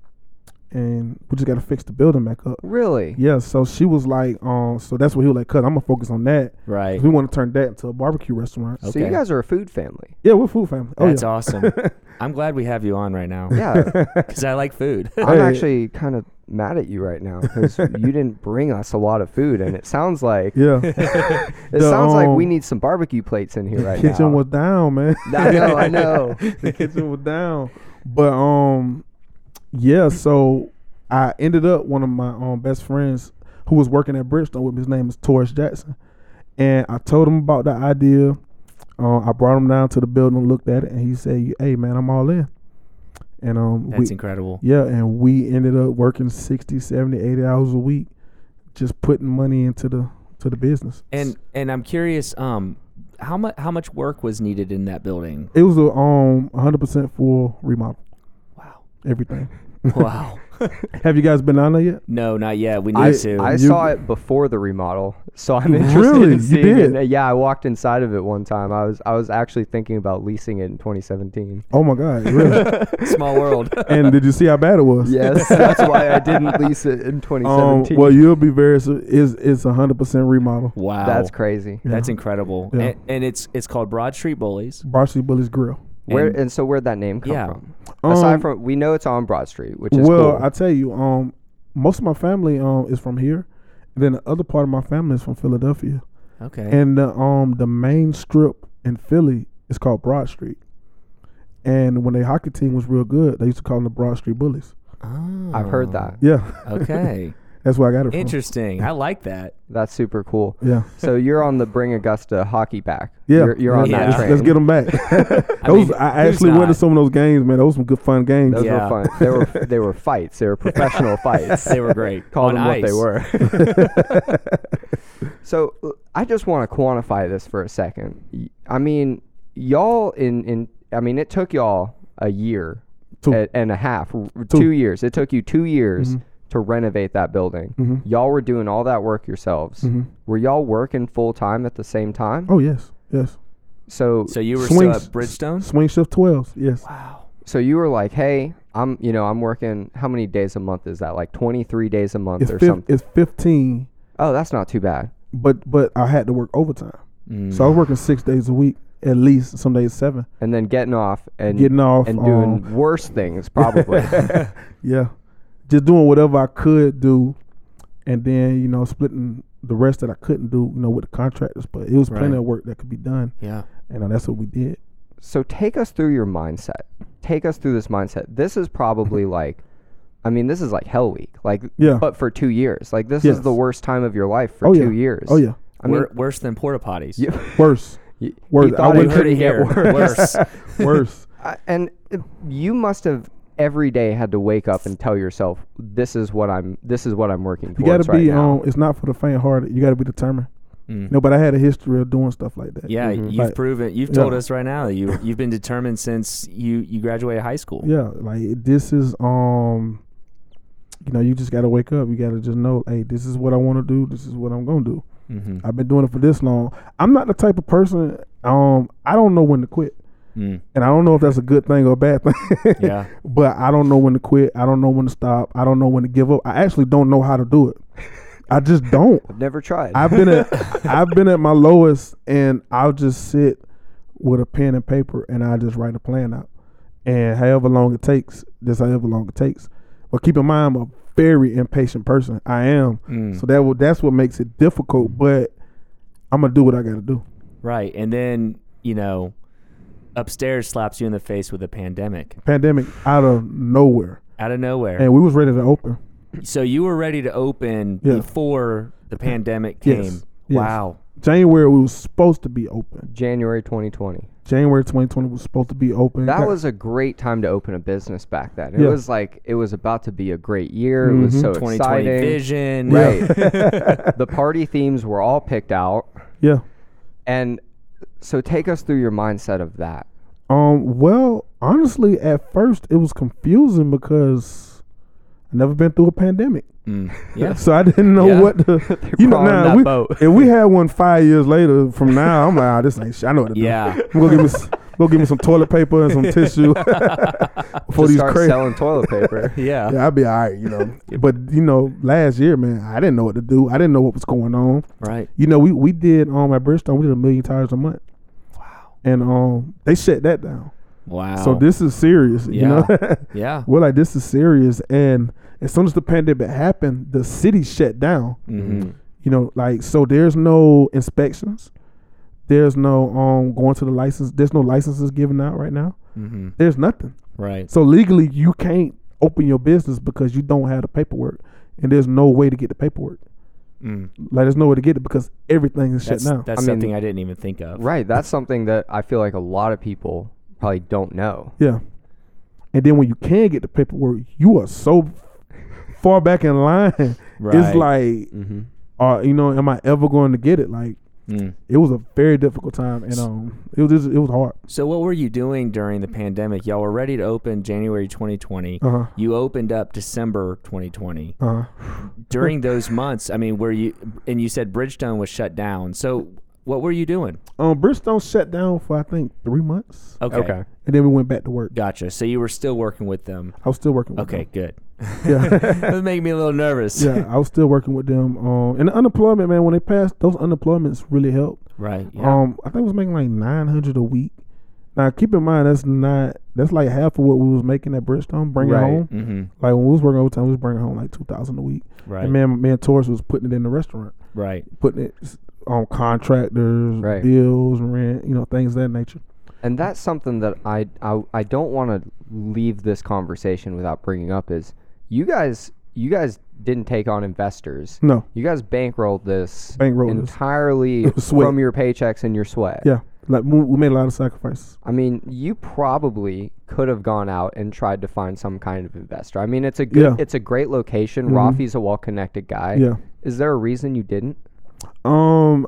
A: and we just got to fix the building back up.
B: Really?
A: Yeah, so she was like, um, so that's what he was like, cuz I'm gonna focus on that.
D: Right.
A: We want to turn that into a barbecue restaurant.
D: Okay.
B: So you guys are a food family.
A: Yeah, we're food family. Oh
D: That's
A: yeah,
D: awesome. I'm glad we have you on right now
B: Yeah.
D: because I like food.
B: I'm
A: Hey.
B: actually kind of mad at you right now because you didn't bring us a lot of food, and it sounds like
A: yeah.
B: it sounds like we
A: um,
B: need some barbecue plates in here right
A: Kitchen
B: now.
A: was down, man.
B: I know, I know.
A: the kitchen was down. But um, yeah. So I ended up one of my um best friends who was working at Bridgestone with me. His name is Torres Jackson, and I told him about the idea. Uh, I brought him down to the building, looked at it, and he said, "Hey, man, I'm all in." And um,
D: That's
A: we,
D: incredible.
A: yeah, and we ended up working 60, 70, 80 hours a week, just putting money into the to the business.
D: And and I'm curious, um, how much how much work was needed in that building?
A: it was a um 100% full remodel,
D: Wow.
A: everything.
D: Wow.
A: Have you guys been down there yet?
D: no, not yet. We need
B: I,
D: to.
B: I
A: You-
B: saw it before the remodel, so I'm interested
A: Really?
B: in
A: You
B: seeing
A: did?
B: it. uh, Yeah, I walked inside of it one time. I was I was actually thinking about leasing it in 2017.
A: Oh my God, really?
D: Small world.
A: and did you see how bad it was?
B: Yes, that's why I didn't lease it in
A: Um,
B: 2017.
A: well, you'll be very. Su- it's it's a hundred percent remodel.
D: wow.
B: that's crazy.
D: That's incredible.
A: Yeah.
D: And, and it's it's called Broad Street Bullies.
A: Varsity Bullies Grill.
B: Where
D: And-
B: and so where'd that name come
D: Yeah.
B: from? Aside
A: Um,
B: from we know it's on Broad Street, which is
A: Well,
B: cool.
A: I tell you, um, most of my family um is from here, and then the other part of my family is from Philadelphia,
D: Okay.
A: and the um the main strip in Philly is called Broad Street. And when their hockey team was real good, they used to call them the Broad Street Bullies.
B: I've heard that.
A: Yeah,
D: Oh, Okay.
A: that's where I got it from.
D: Interesting. I like that.
B: That's super cool.
A: Yeah,
B: So you're on the Bring Augusta hockey back.
A: yeah.
B: You're, you're on
D: Yeah.
A: Let's-
B: that
A: Let's,
B: train.
A: let's get them back.
D: I
A: those
D: mean,
A: I
D: who's
A: actually went to
D: not?
A: some of those games, man. Those were some good fun games.
B: Those
D: Yeah.
B: were fun. They were they were fights. They were professional fights.
D: They were great.
B: Call
D: On
B: them what they
D: ice.
B: were. so uh, I just want to quantify this for a second. Y- I mean, y'all in in I mean, it took y'all a year
A: Two.
B: a- and a half, r- two,
A: Two. Mm-hmm.
B: years. It took you two years. To renovate that building, y'all were doing all that work yourselves. Were y'all working full time at the same time?
A: Mm-hmm. Oh yes, yes.
B: So,
D: So you were still
A: Swing
D: at
A: s-
D: Bridgestone?
A: Swing shift twelves. Yes.
D: Wow.
B: so you were like, "Hey, I'm, you know, I'm working. How many days a month is that? Like 23 days a month
A: It's
B: or
A: fif-
B: something?
A: it's fifteen,
B: Oh, that's not too bad.
A: but but I had to work overtime,
D: Mm.
A: so I was working six days a week at least. Some days seven.
B: and then getting off and
A: Getting off
B: and doing
A: um,
B: worse things probably.
A: yeah, just doing whatever I could do, and then you know splitting the rest that I couldn't do, you know, with the contractors. But it was plenty
D: Right.
A: of work that could be done,
D: yeah.
A: and uh, that's what we did.
B: so take us through your mindset. take us through this mindset. This is probably like, I mean, this is like Hell Week, like,
A: Mm-hmm. Yeah.
B: but for two years. Like, this is
A: Yes.
B: the worst time of your life for
A: Oh,
B: two
A: yeah.
B: years.
A: Oh, yeah.
B: I mean,
D: Wor- worse than porta potties.
B: Yeah.
A: Worse.
B: you,
A: Worse.
B: you
A: I
B: thought
A: would-
B: it
D: You heard
B: couldn't
D: it here.
B: get
D: Worse.
A: Worse.
B: I- and uh, you must have every day had to wake up and tell yourself, "This is what I'm. This is what I'm working
A: You
B: towards
A: got to
B: right
A: be
B: now."
A: um. It's not for the faint-hearted. You got to be determined.
D: Mm.
A: No, but I had a history of doing stuff like that.
D: Yeah,
B: Mm-hmm.
D: you've
A: Like-
D: proven. You've
A: Yeah.
D: told us right now that you you've been determined since you you graduated high school.
A: Yeah, like this is um you know, you just gotta wake up. You gotta just know, hey, this is what I wanna do, this is what I'm gonna do.
D: Mm-hmm.
A: I've been doing it for this long. I'm not the type of person um I don't know when to quit.
D: Mm.
A: And I don't know if that's a good thing or a bad thing.
D: Yeah.
A: But I don't know when to quit. I don't know when to stop. I don't know when to give up. I actually don't know how to do it. I just don't.
B: I've never tried.
A: I've been at I've been at my lowest, and I'll just sit with a pen and paper, and I just write a plan out. And however long it takes, just however long it takes. But keep in mind, I'm a very impatient person. I am,
D: Mm.
A: so that will, that's what makes it difficult. But I'm gonna do what I gotta do.
D: Right, and then you know, upstairs slaps you in the face with a pandemic
A: Pandemic out of nowhere,
D: out of nowhere.
A: and we was ready to open.
D: so you were ready to open
A: Yeah.
D: before the pandemic came.
A: Yes, yes.
D: Wow.
A: January we was supposed to be open.
B: January 2020.
A: January 2020 was supposed to be open.
B: That
A: Got-
B: was a great time to open a business back then. It
A: Yeah. Mm-hmm.
B: was like it was about to be a great year. It was so
D: 2020
B: exciting.
D: vision.
B: Right. the party themes were all picked out,
A: yeah.
B: and so take us through your mindset of that.
A: Um, well, honestly, at first it was confusing because I never been through a pandemic.
D: Mm. Yeah.
A: So I didn't know
B: Yeah.
A: what the you know
B: crawling
A: now
B: that
A: we,
B: boat.
A: if we had one five years later from now I'm like ah, this ain't shit. I know what to
D: Yeah.
A: do. I'm gonna give me s- go give me some toilet paper and some tissue for
B: Just
A: these
B: start
A: crazy.
B: selling toilet paper.
D: Yeah.
A: Yeah, I'll be all right, you know. but you know, last year, man, I didn't know what to do. I didn't know what was going on
D: Right.
A: you know, we we did um at Bridgestone, we did a million tires a month. Wow. And um they shut that down.
D: Wow.
A: So this is serious, you know.
D: Yeah.
A: We're like this is serious and as soon as the pandemic happened, the city shut down.
D: Mm-hmm.
A: You know, like so there's no inspections. There's no um going to the license. There's no licenses given out right now.
D: Mm-hmm.
A: There's nothing.
D: Right.
A: So legally you can't open your business because you don't have the paperwork and there's no way to get the paperwork.
D: Mm.
A: Like there's no way to get it because everything is shut
D: That's,
A: down.
D: that's
B: I mean-
D: something I didn't even think of.
B: Right. That's something that I feel like a lot of people probably don't know.
A: Yeah. And then when you can get the paperwork, you are so far back in line. It's
D: Right.
A: like,
B: Mm-hmm.
A: uh, you know, am I ever going to get it? Like,
D: Mm.
A: it was a very difficult time, and um, it was just, it was hard.
D: So what were you doing during the pandemic? Y'all were ready to open January 2020.
A: Uh huh.
D: You opened up December 2020.
A: Uh huh.
D: During those months, I mean, were you and you said Bridgestone was shut down. So what were you doing?
A: Um, Bridgestone shut down for I think three months,
D: Okay.
B: Okay.
A: and then we went back to work.
D: Gotcha. So you were still working with them.
A: I was still working. With
D: Okay, good.
A: Them. Yeah.
D: that made me a little nervous.
A: yeah. I was still working with them. Um, and the unemployment, man, when they passed, those unemployments really helped.
D: Right. Yeah.
A: Um, I think it was making like nine hundred a week. Now keep in mind that's not that's like half of what we was making at Bridgestone, bringing
B: Right.
A: home.
D: mm-hmm.
A: Like when we was working overtime, we was bringing home like two thousand a week.
D: Right.
A: And man, man, Torres was putting it in the restaurant,
D: right.
A: putting it s- on contractors,
B: Right.
A: bills, rent, you know, things of that nature.
B: And that's something that I I, I don't want to leave this conversation without bringing up is you guys you guys didn't take on investors.
A: No,
B: You guys bankrolled this
A: Hmm. Bankrolled this.
B: entirely
A: was sweat.
B: from your paychecks and your sweat.
A: yeah, like we, we made a lot of sacrifices.
B: I mean, you probably could have gone out and tried to find some kind of investor. I mean, it's a good
A: Yeah. Mm-hmm.
B: it's a great location. Rafi's a well-connected guy.
A: Yeah.
B: Is there a reason you didn't?
A: Um,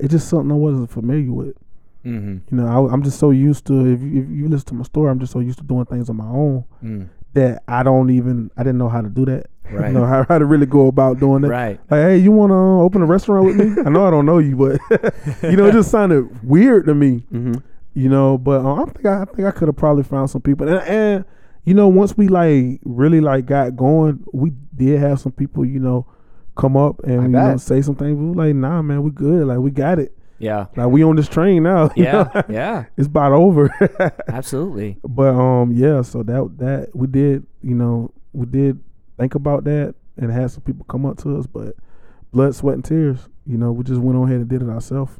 A: it's just something I wasn't familiar with.
D: Mm-hmm.
A: You know, I, I'm just so used to if you, if you listen to my story, I'm just so used to doing things on my own
D: Mm.
A: that I don't even I didn't know how to do that.
D: Right.
A: you know how, how to really go about doing it.
D: Right.
A: Like, hey, you want to open a restaurant with me? I know I don't know you, but you know, it just sounded weird to me.
B: Mm-hmm.
A: You know, but um, I think I, I think I could have probably found some people. And, and you know, once we like really like got going, we did have some people, you know, come up and you know
B: bet.
A: say some things. We were like, nah, man, we good. Like we got it.
D: Yeah.
A: Like we on this train now. you know?
D: Yeah. yeah.
A: it's about over.
D: Absolutely.
A: But um, yeah. So that that we did, you know, we did think about that and had some people come up to us, but blood, sweat, and tears. You know, we just went on ahead and did it ourselves.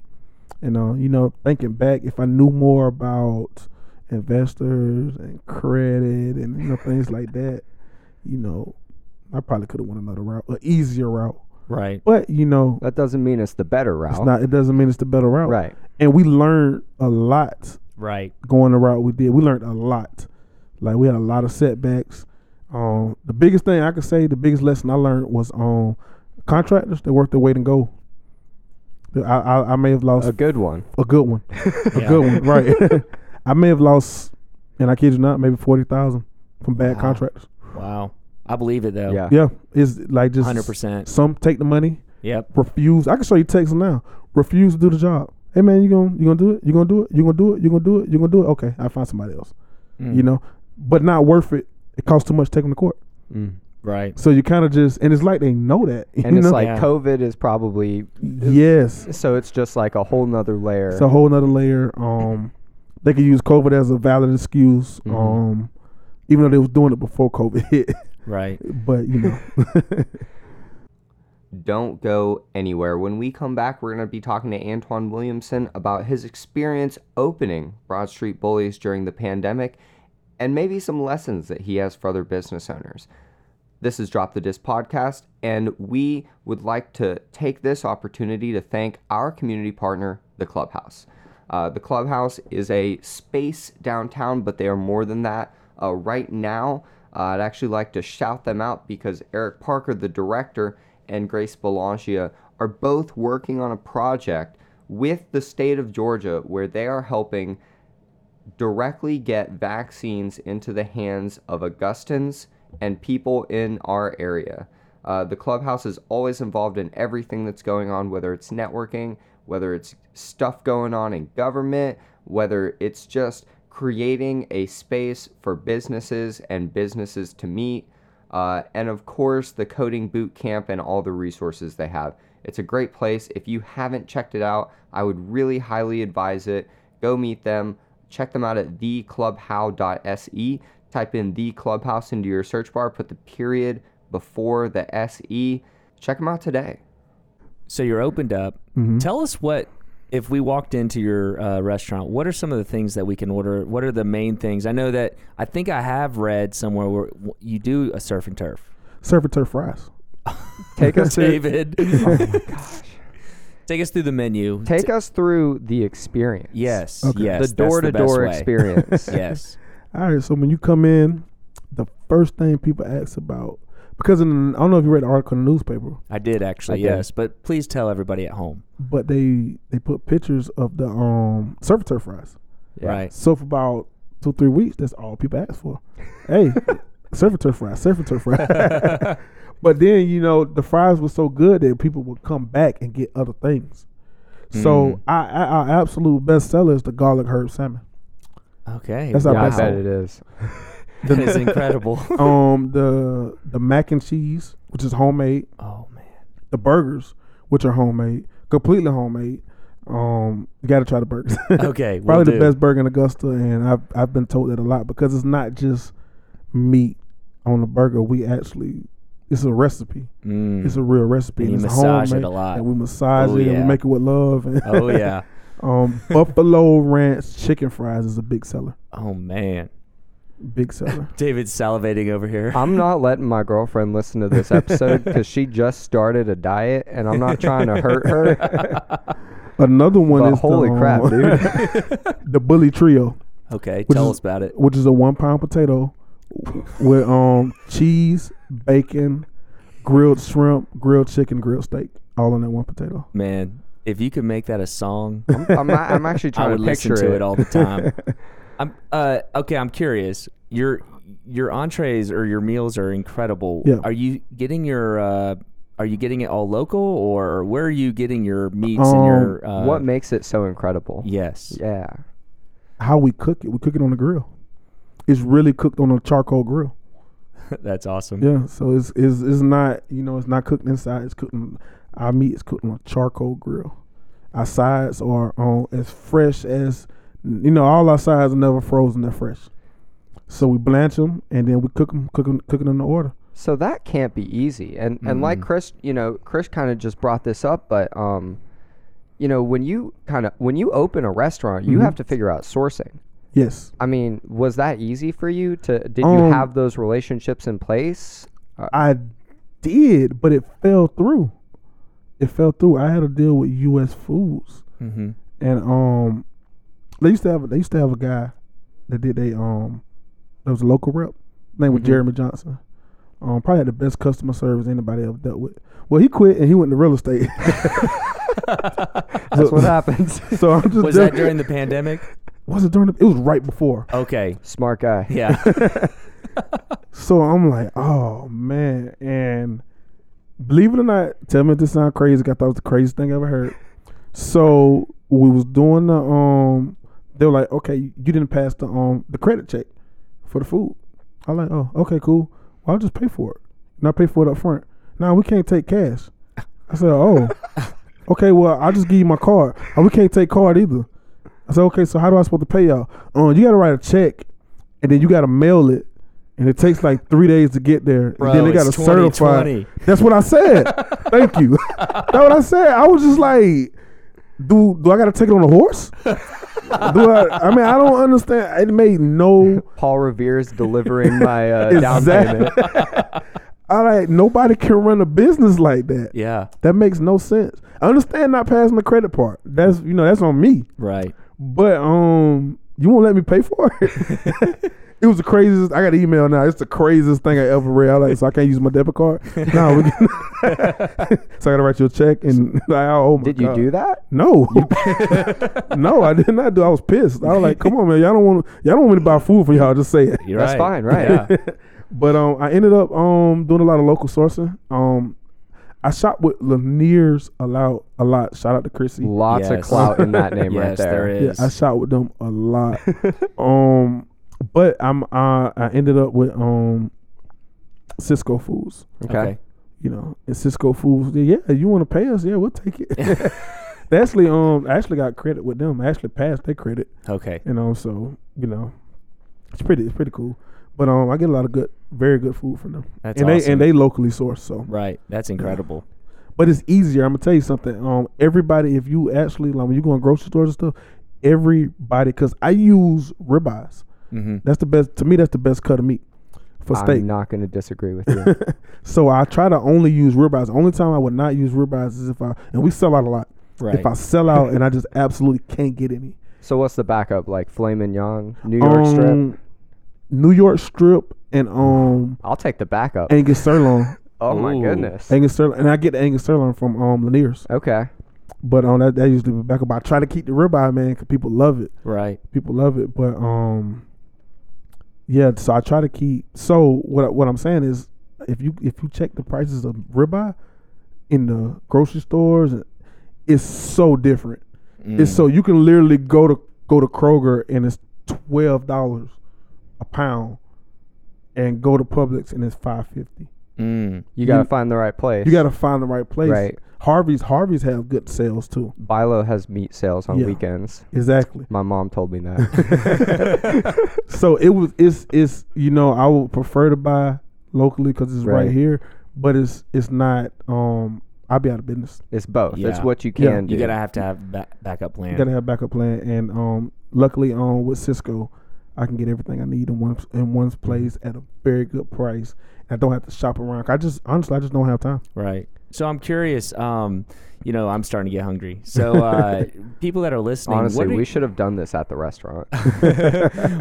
A: And uh, you know, thinking back, if I knew more about investors and credit and you know things like that, you know, I probably could have went another route, an easier route.
C: Right.
A: But you know,
B: That doesn't mean it's the better route.
A: it's not. It doesn't mean it's the better route,
B: right.
A: And we learned a lot
C: Right.
A: going the route we did. We learned a lot. Like we had a lot of setbacks. Um, the biggest thing I could say, the biggest lesson I learned was on contractors that work their weight and go. I, I I may have lost
B: A good one.
A: a good one, a
C: Yeah.
A: good one, right? I may have lost, and I kid you not, maybe forty thousand from bad
C: Wow.
A: contractors.
C: Wow. I believe it though.
B: Yeah.
A: Yeah, it's like just
C: Hundred percent.
A: Some take the money,
C: Yep.
A: refuse. I can show you texts now. Refuse to do the job. Hey man, you gonna you gonna do it? You gonna do it? You gonna do it? You gonna do it? You gonna do it? Okay, I find somebody else. You know, but not worth it. It costs too much to take them to court.
B: Mm.
C: Right.
A: So you kind of just and it's like they know that. You
B: And it's
A: know?
B: like
C: Yeah.
B: COVID is probably
A: yes,
B: so it's just like a whole nother layer.
A: it's a whole nother layer. Um, they could use COVID as a valid excuse.
B: Mhm.
A: Um, even though they was doing it before COVID hit,
C: Right.
A: but you know,
B: don't go anywhere. When we come back, we're going to be talking to Antoine Williamson about his experience opening Broad Street Bullies during the pandemic and maybe some lessons that he has for other business owners. This is Drop the Disc podcast, and we would like to take this opportunity to thank our community partner, the Clubhouse. Uh, the Clubhouse is a space downtown, but they are more than that. Uh, right now, uh, I'd actually like to shout them out because Eric Parker, the director, and Grace Belangia are both working on a project with the state of Georgia where they are helping directly get vaccines into the hands of Augustans and people in our area. Uh, the clubhouse is always involved in everything that's going on, whether it's networking, whether it's stuff going on in government, whether it's just creating a space for businesses and businesses to meet, uh, and of course the coding boot camp and all the resources they have. It's a great place. If you haven't checked it out, I would really highly advise it. Go meet them. Check them out at theclubhow.se. Type in the clubhouse into your search bar. Put the period before the se. Check them out today.
C: So you're opened up.
B: Mm-hmm.
C: Tell us what if we walked into your uh, restaurant. What are some of the things that we can order? What are the main things? I know that I think I have read somewhere where w- you do a surf and turf.
A: surf and turf fries.
B: Take us through, Oh
C: David, take us through the menu.
B: take us through the experience.
C: yes,
A: Okay.
C: yes,
B: the
C: that's
B: door to
C: best
B: door
C: way.
B: experience.
C: yes,
A: All right, so when you come in, the first thing people ask about because in, I don't know if you read the article in the newspaper,
C: I did actually.
B: I did.
C: yes, but please tell everybody at home.
A: but they they put pictures of the um surf and turf fries.
B: Yeah.
C: Right.
A: So for about two three weeks, that's all people ask for. Hey, surf and turf fries, surf and turf fries. but then you know the fries were so good that people would come back and get other things. So I, I, our absolute best seller is the garlic herb salmon.
C: Okay.
A: That's our
B: Yeah, I
A: best
B: bet
A: seller.
B: it is.
C: that is incredible.
A: Um, the the mac and cheese, which is homemade.
C: oh man.
A: the burgers, which are homemade, completely homemade. Um, you got to try the burgers.
C: Okay. we'll
A: Probably the
C: do.
A: best burger in Augusta, and I've I've been told that a lot because it's not just meat on the burger. We actually, it's a recipe.
C: Mm.
A: It's a real recipe.
C: And you
A: it's
C: massage it
A: homemade,
C: a lot.
A: and we massage
C: Oh,
A: it, and
C: yeah.
A: we make it with love. And
C: oh yeah.
A: um, buffalo ranch chicken fries is a big seller.
C: Oh man.
A: Big seller.
C: David's salivating over here.
B: I'm not letting my girlfriend listen to this episode because she just started a diet, and I'm not trying to hurt her.
A: Another one
B: But
A: is
B: holy
A: the, um,
B: crap, dude!
A: the bully trio.
C: Okay,
A: Which
C: tell
A: is-
C: us about it.
A: which is a one pound potato with um cheese, bacon, grilled shrimp, grilled chicken, grilled steak, all in that one potato.
C: Man, if you could make that a song,
B: I'm, a- I'm actually
C: I
B: trying
C: would
B: to picture
C: listen to it. all the time. I'm uh okay, I'm curious. Your your entrees or your meals are incredible.
A: Yeah.
C: Are you getting your uh are you getting it all local or where are you getting your meats and your uh,
B: Um, what makes it so incredible?
C: Yes.
B: Yeah.
A: How we cook it, we cook it on the grill. It's really cooked on a charcoal grill.
C: That's awesome.
A: Yeah, so it's it's, it's not you know it's not cooked inside. It's cooked. On, our meat is cooked on a charcoal grill. Our sides are on as fresh as you know. All our sides are never frozen; they're fresh. So we blanch them and then we cook them, cook them, cook it in the order.
B: So that can't be easy. And and like
C: Mm.
B: Chris, you know, Chris kind of just brought this up, but
C: Mm-hmm.
B: um, you know, when you kind of when you open a restaurant, you have to figure out sourcing.
A: Yes.
B: I mean, was that easy for you to? Did you
A: Um,
B: have those relationships in place?
A: I did, but it fell through. It fell through. I had to deal with U.S. Foods,
D: Mm-hmm.
A: and um, they used to have they used to have a guy that did a um, that was a local rep. His name was
D: Mhm.
A: Jeremy Johnson. Um, probably had the best customer service anybody ever dealt with. Well, he quit and he went to real estate.
B: That's what happens.
A: so I'm just
D: Was that
A: joking.
D: during the pandemic?
A: was it during the, it was right before.
D: Okay.
B: Smart guy.
D: Yeah.
A: So I'm like, oh man. And believe it or not, tell me if this sound crazy, 'cause I thought it was the craziest thing I ever heard. So we was doing the um they were like, Okay, you didn't pass the um the credit check for the food. I'm like, Oh, okay, cool. Well I'll just pay for it. And I pay for it up front. Now we can't take cash. I said, Oh, okay, well I'll just give you my card. Oh, we can't take card either. I said, Okay, so how do I supposed to pay y'all? Um, you gotta write a check and then you gotta mail it. And it takes like three days to get there.
D: Bro,
A: and then they
D: it's
A: gotta certify.
D: 2020.
A: That's what I said. Thank you. That's what I said. I was just like, do do I gotta take it on a horse? do I? I mean, I don't understand. It made no
B: Paul Revere's delivering my uh, down
A: exactly.
B: payment.
A: I like nobody can run a business like that.
D: Yeah.
A: That makes no sense. I understand not passing the credit part. That's you know that's on me.
D: Right.
A: But um, you won't let me pay for it. it was the craziest. I got an email now. It's the craziest thing I ever read. I like so I can't use my debit card. No, we can- so I gotta write you a check and like oh my
B: Did you
A: God.
B: do that?
A: No, no, I did not do. I was pissed. I was like, "Come on, man, y'all don't want y'all don't want me to buy food for y'all. Just say it."
D: You're
B: That's
D: right.
B: fine, right?
D: Yeah.
A: But um, I ended up um doing a lot of local sourcing. Um, I shop with Lanier's a lot. A lot. Shout out to Chrissy.
B: Lots of
D: Yes.
B: clout in that name right
D: yes, there
B: there.
A: Yeah,
D: is.
A: I shot with them a lot. um, but I'm uh, I ended up with um Cisco Foods.
B: Okay.
D: okay.
A: You know, and Cisco Foods. Yeah, you want to pay us? Yeah, we'll take it. they actually um I actually got credit with them. I actually passed their credit.
D: Okay.
A: You know, so you know, it's pretty it's pretty cool. But um, I get a lot of good, very good food from them.
D: That's
A: and they
D: awesome.
A: and they locally source. So,
D: Right. That's incredible.
A: but it's easier. I'm gonna tell you something. Um, everybody, if you actually like when you go in grocery stores and stuff, everybody, because I use ribeyes.
D: Mm-hmm.
A: That's the best to me. That's the best cut of meat for steak.
B: I'm not going to disagree with you.
A: So I try to only use ribeyes. The only time I would not use ribeyes is if I and we sell out a lot.
D: Right.
A: If I sell out and I just absolutely can't get any.
B: so what's the backup like? Filet mignon, New York strip.
A: Um, New York strip and
D: Mm.
A: um
B: I'll take the backup.
A: Angus sirloin.
B: oh my
D: Ooh.
B: goodness.
A: Angus sirloin, and I get the Angus sirloin from um Lanier's.
B: Okay.
A: But um, that that usually be back up. I try to keep the ribeye, man, because people love it.
D: Right.
A: People love it. But um, yeah. So I try to keep. So what I- what I'm saying is, if you if you check the prices of ribeye in the grocery stores, it's so different.
B: Mm.
A: It's so you can literally go to go to Kroger and it's twelve dollars a pound, and go to Publix and it's five fifty.
C: mm-hmm.
D: Mm.
B: You got to
A: You-
B: find the right place.
A: You got to find the right place.
B: Right.
A: Harvey's Harvey's have good sales too.
B: Bilo has meat sales on
A: Yeah.
B: weekends.
A: Exactly.
B: My mom told me that.
A: So it was it's it's you know I would prefer to buy locally because it's right.
B: Right.
A: here, but it's it's not um I'll be out of business.
B: it's both. It's
D: Yeah.
B: what you
A: Yeah.
B: can do.
D: You gotta have to have ba- backup plan.
A: I Gotta have backup plan and um luckily um with Cisco, I can get everything I need in one in one place at a very good price. I don't have to shop around. I just honestly I just don't have time.
D: Right. So I'm curious. Um, you know, I'm starting to get hungry. So uh, people that are listening,
B: Honestly,
D: what are,
B: we should have done this at the restaurant.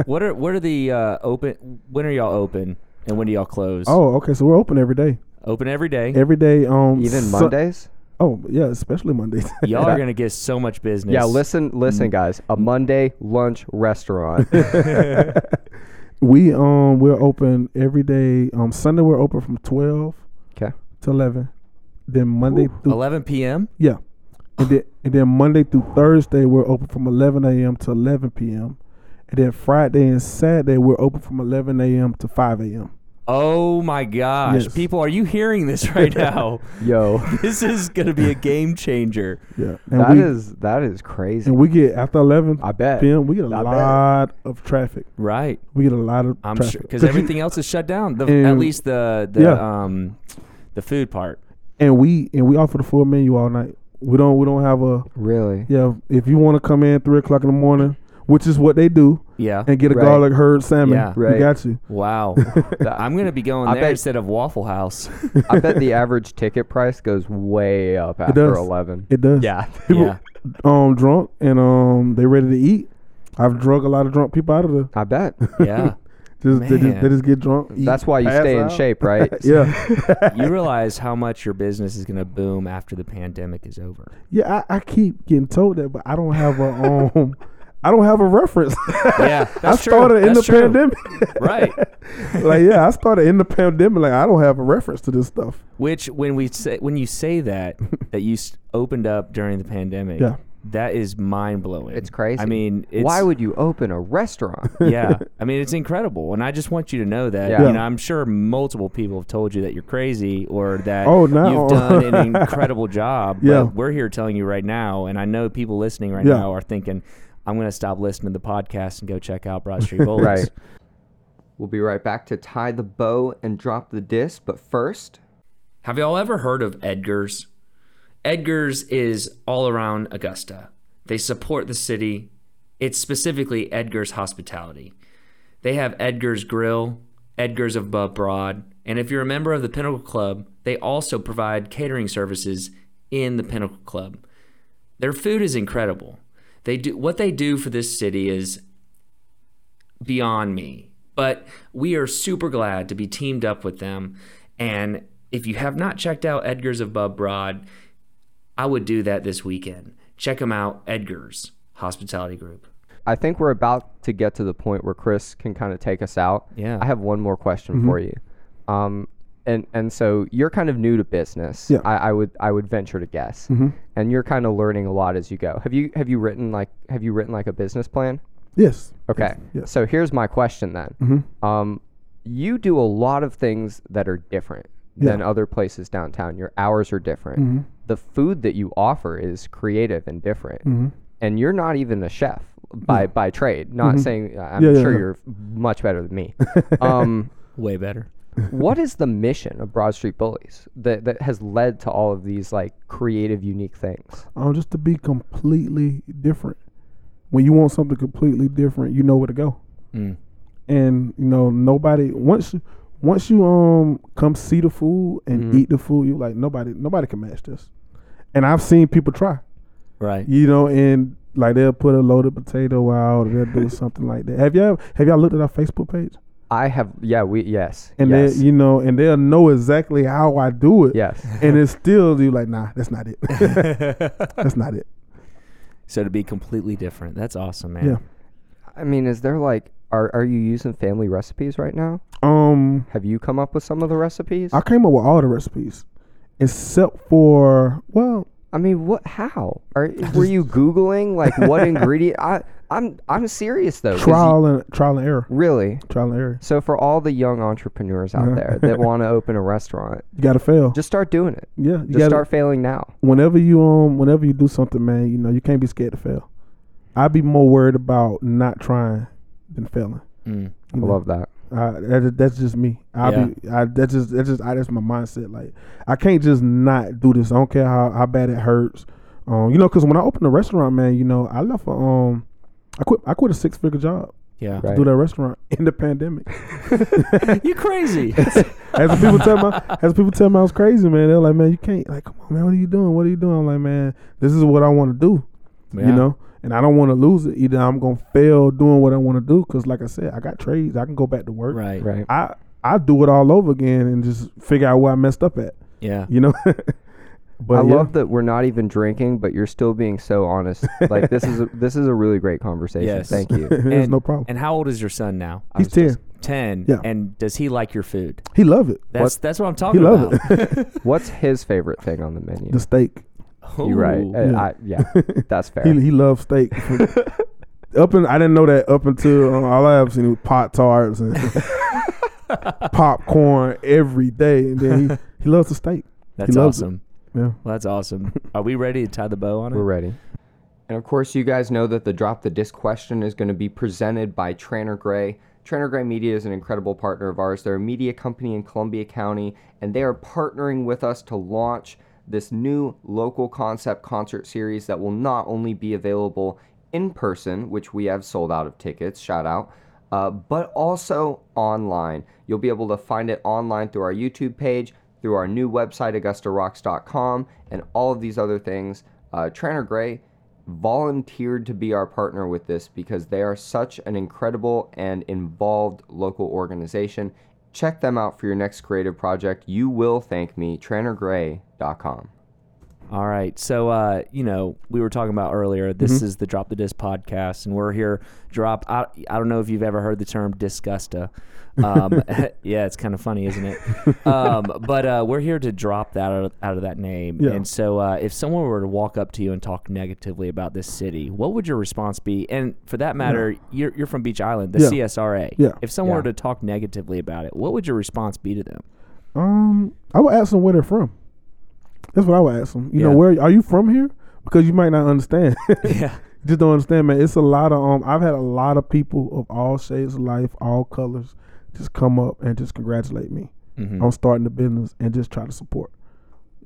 D: what are what are the uh, open? When are y'all open? And when do y'all close?
A: Oh okay, so we're open every day.
D: open every day.
A: Every day um
B: Even
A: Sun-
B: Mondays?
A: oh yeah, especially Mondays.
D: y'all are gonna get so much business.
B: Yeah, listen,
A: Mm.
B: listen, guys. A Monday lunch restaurant.
A: we um we're open every day. Um Sunday we're open from twelve
B: okay.
A: to eleven. Then Monday through
D: 11 p.m.
A: Yeah. And then and then Monday through Thursday we're open from eleven AM to eleven PM. And then Friday and Saturday we're open from eleven AM to five AM.
D: Oh my gosh,
A: Yes.
D: people, are you hearing this right now?
B: Yo,
D: this is gonna be a game changer.
A: Yeah. And
B: that
A: we
B: is that is crazy.
A: and we get after eleven
B: I bet.
A: PM, we get a
B: I bet.
A: lot of traffic.
D: Right.
A: We get a lot of
D: I'm
A: traffic.
D: sure because
A: 'Cause you-
D: everything else is shut down. The, at
A: And-
D: least the the
A: Yeah.
D: um the food part.
A: and we and we offer the full menu all night. We don't we don't have a
B: Really?
A: yeah, if you wanna come in three o'clock in the morning, which is what they do,
D: Yeah.
A: and get a
B: Right.
A: garlic herb salmon.
D: Yeah.
A: We
B: Right.
A: got you.
D: Wow. I'm gonna be going
B: I
D: there
B: bet-
D: instead of Waffle House.
B: I bet the average ticket price goes way up after
A: does.
B: eleven.
A: It does.
B: yeah,
A: People
D: yeah.
A: um drunk and um they ready to eat. I've drug a lot of drunk people out of there.
B: I bet.
D: Yeah.
A: Just they, just
D: Man.
A: they just get drunk. eat,
B: That's why you
A: pass
B: stay in
A: out.
B: shape, right?
A: Yeah,
D: you realize how much your business is gonna boom after the pandemic is over.
A: yeah. I, I keep getting told that, but I don't have a um, I don't have a reference.
D: Yeah.
A: I started in the pandemic.
D: Right.
A: like yeah, I started in the pandemic. Like I don't have a reference to this stuff.
D: Which when we say when you say that that you s- opened up during the pandemic,
A: Yeah.
D: that is mind blowing.
B: It's crazy.
D: I mean, it's,
B: why would you open a restaurant?
D: yeah? I mean, it's incredible, and I just want you to know that.
B: Yeah.
D: You know, I'm sure multiple people have told you that you're crazy or that
A: Oh, no.
D: you've done an incredible job.
A: Yeah.
D: but we're here telling you right now, and I know people listening right
A: Yeah.
D: now are thinking. I'm going to stop listening to the podcast and go check out Broad Street Bowls.
B: right. We'll be right back to tie the bow and drop the disc, but first,
C: Have y'all ever heard of Edgar's? Edgar's is all around Augusta. They support the city. It's specifically Edgar's Hospitality. They have Edgar's Grill, Edgar's of Bub Broad, and if you're a member of the Pinnacle Club, they also provide catering services in the Pinnacle Club. Their food is incredible. They do what they do for this city is beyond me. But we are super glad to be teamed up with them. And if you have not checked out Edgar's of Bub Broad, I would do that this weekend. Check them out, Edgar's Hospitality Group.
B: I think we're about to get to the point where Chris can kind of take us out.
D: Yeah.
B: I have one more question for you. Um, and and so you're kind of new to business.
A: Yeah.
B: I, I would I would venture to guess. And you're kind of learning a lot as you go. Have you have you written like have you written like a business plan?
A: Yes.
B: Okay.
A: yes.
B: So here's my question then.
A: Mm-hmm.
B: Um, you do a lot of things that are different than other places downtown. Your hours are different.
A: Mm-hmm.
B: The food that you offer is creative and different.
A: Mm-hmm.
B: And you're not even a chef by by trade. Not saying uh, I'm
A: Mm-hmm. Yeah, yeah,
B: sure
A: yeah.
B: you're much better than me. um,
D: Way better.
B: what is the mission of Broad Street Bullies that that has led to all of these like creative, unique things?
A: Um, just to be completely different. When you want something completely different, you know where to go. And you know nobody once you once you um come see the food and eat the food, you like nobody nobody can match this. And I've seen people try,
D: Right.
A: you know, and like they'll put a loaded potato out, or they'll do something like that. Have y'all have y'all looked at our Facebook page?
B: I have yeah we yes
A: And
B: yes
A: they you know, and they'll know exactly how I do it.
B: yes
A: And it's still you like, nah, that's not it. that's not it.
D: So to be completely different. That's awesome, man.
A: Yeah.
B: I mean, is there like, are, are you using family recipes right now?
A: Um
B: Have you come up with some of the recipes?
A: I came up with all the recipes, except for well,
B: I mean, what? How? Are, were you googling like what ingredient? I I'm I'm serious though. 'cause you-
A: trial and trial and error.
B: really.
A: Trial and error.
B: So for all the young entrepreneurs out there that want to open a restaurant,
A: You gotta fail.
B: just start doing it.
A: yeah, you
B: Just
A: gotta.
B: start failing now.
A: Whenever you um, whenever you do something, man, you know you can't be scared to fail. I'd be more worried about not trying than failing.
D: Mm.
B: I
A: know.
B: love that.
A: Uh, that, that's just me. I
D: Yeah.
A: be I, that's just that's just I, that's my mindset. Like I can't just not do this. I don't care how, how bad it hurts. Um, you know, because when I opened the restaurant, man, you know, I left a, um, I quit I quit a six figure job
D: Yeah.
A: to
B: Right.
A: do that restaurant in the pandemic.
D: You crazy.
A: As the people tell me, as the people tell me I was crazy, man, they're like, man, you can't, like, come on, man, what are you doing? What are you doing? I'm like, man, this is what I want to do,
D: Yeah.
A: you know, and I don't want to lose it. Either I'm gonna fail doing what I want to do, cause like I said, I got trades, I can go back to work.
D: Right.
B: Right.
A: I I do it all over again and just figure out where I messed up at,
D: Yeah.
A: you know. but
B: I
A: yeah,
B: love that we're not even drinking, but you're still being so honest. like this is a, this is a really great conversation.
D: Yes.
B: Thank you.
A: there's
D: And-
A: no problem.
D: And how old is your son now?
A: He's ten.
D: Ten.
A: Yeah.
D: And does he like your food?
A: He love it.
D: That's that's what I'm
A: He
D: talking
A: love
D: about.
A: it.
B: What's his favorite thing on the menu?
A: the steak.
B: You're right.
D: Ooh.
B: Uh, I- Yeah, that's fair.
A: He, he loves steak. up and I didn't know that up until um, all I ever seen was pot tarts and popcorn every day, and then he, he loves the steak.
D: That's
A: loves it.
D: awesome.
A: Yeah,
D: Well, that's awesome. Are we ready to tie the bow on it?
B: We're ready. And of course, you guys know that the Drop the Disc question is going to be presented by Tranner Gray. Tranner Gray Media is an incredible partner of ours. They're a media company in Columbia County, and they are partnering with us to launch this new local concept concert series that will not only be available in person, which we have sold out of tickets, shout out, uh, but also online. You'll be able to find it online through our YouTube page, through our new website, AugustaRocks.com, and all of these other things. Uh, Tranor Gray volunteered to be our partner with this because they are such an incredible and involved local organization. Check them out for your next creative project. You will thank me, TranorGray.com.
C: All right. So, uh, you know, we were talking about earlier, this
A: Mm-hmm.
C: is the Drop the Disc podcast, and we're here. Drop, I, I don't know if you've ever heard the term disgusta. Um, yeah, it's kind of funny, isn't it? Um, but uh, we're here to drop that out of, out of that name.
A: Yeah.
C: And so, uh, if someone were to walk up to you and talk negatively about this city, what would your response be? And for that matter, you're, you're from Beach Island, the
A: Yeah.
C: CSRA.
A: Yeah.
C: If someone were
B: Yeah.
C: to talk negatively about it, what would your response be to them?
A: Um, I would ask them where they're from. That's what I would ask them. You know,
C: Yeah.
A: where are you from here? Because you might not understand.
C: Yeah.
A: just don't understand, man. It's a lot of um. I've had a lot of people of all shades of life, all colors, just come up and just congratulate me
C: Mhm.
A: on starting the business and just try to support.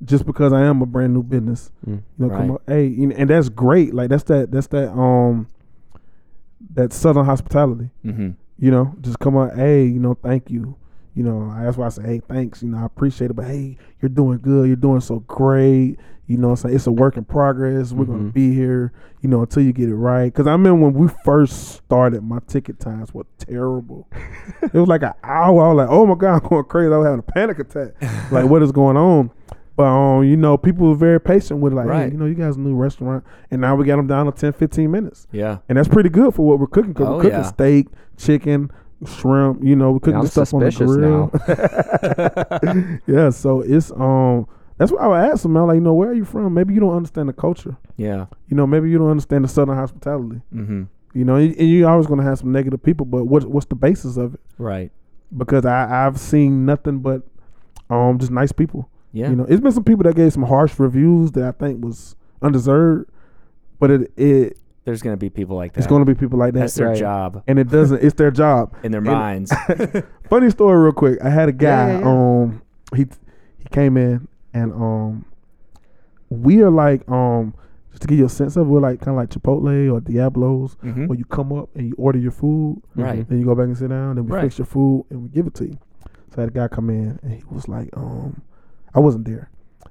A: Just because I am a brand new business,
B: Mm.
A: you know, come
C: Right.
A: up, hey, you know, and that's great. Like that's that that's that um that southern hospitality.
C: Mm-hmm.
A: You know, just come on, hey, you know, thank you. You know, that's why I say, hey, thanks. You know, I appreciate it, but hey, you're doing good. You're doing so great. You know, what I'm saying it's a work in progress. We're gonna
B: Mhm.
A: be here, you know, until you get it right. Because I remember when we first started, my ticket times were terrible. it was like an hour. I was like, oh my god, I'm going crazy. I was having a panic attack. like, what is going on? But um, you know, people were very patient with it. like, hey,
C: Right.
A: you know, you guys a new restaurant, and now we got them down to 10, 15 minutes
C: Yeah.
A: and that's pretty good for what we're cooking. Cause
C: Oh,
A: we're cooking
C: yeah.
A: steak, chicken, shrimp. You know, we're
B: Now
A: cooking
B: I'm
A: this stuff on the
B: suspicious
A: grill.
B: now.
A: yeah, so it's um, that's why I would ask them. man. like, you know, where are you from? Maybe you don't understand the culture.
C: Yeah.
A: You know, maybe you don't understand the southern hospitality.
C: Mm-hmm.
A: You know, and and you're always gonna have some negative people, but what what's the basis of it?
C: Right.
A: Because I I've seen nothing but um, just nice people.
C: Yeah.
A: You know, it's been some people that gave some harsh reviews that I think was undeserved, but it it
C: There's going to be people like that.
A: it's gonna be people like that.
C: That's their
A: Right.
C: job
A: and it doesn't. It's their job.
C: in their
A: And- Mm-hmm.
C: minds.
A: Funny story, real quick. I had a guy.
B: Yeah, yeah, yeah.
A: Um, he he came in and um, we are like um, just to give you a sense of, it, we're like kind of like Chipotle or Diablos,
C: Mhm.
A: where you come up and you order your food,
C: Right.
A: then you go back and sit down, then we
C: Right.
A: fix your food and we give it to you. So I had a guy come in and he was like, um, I wasn't there,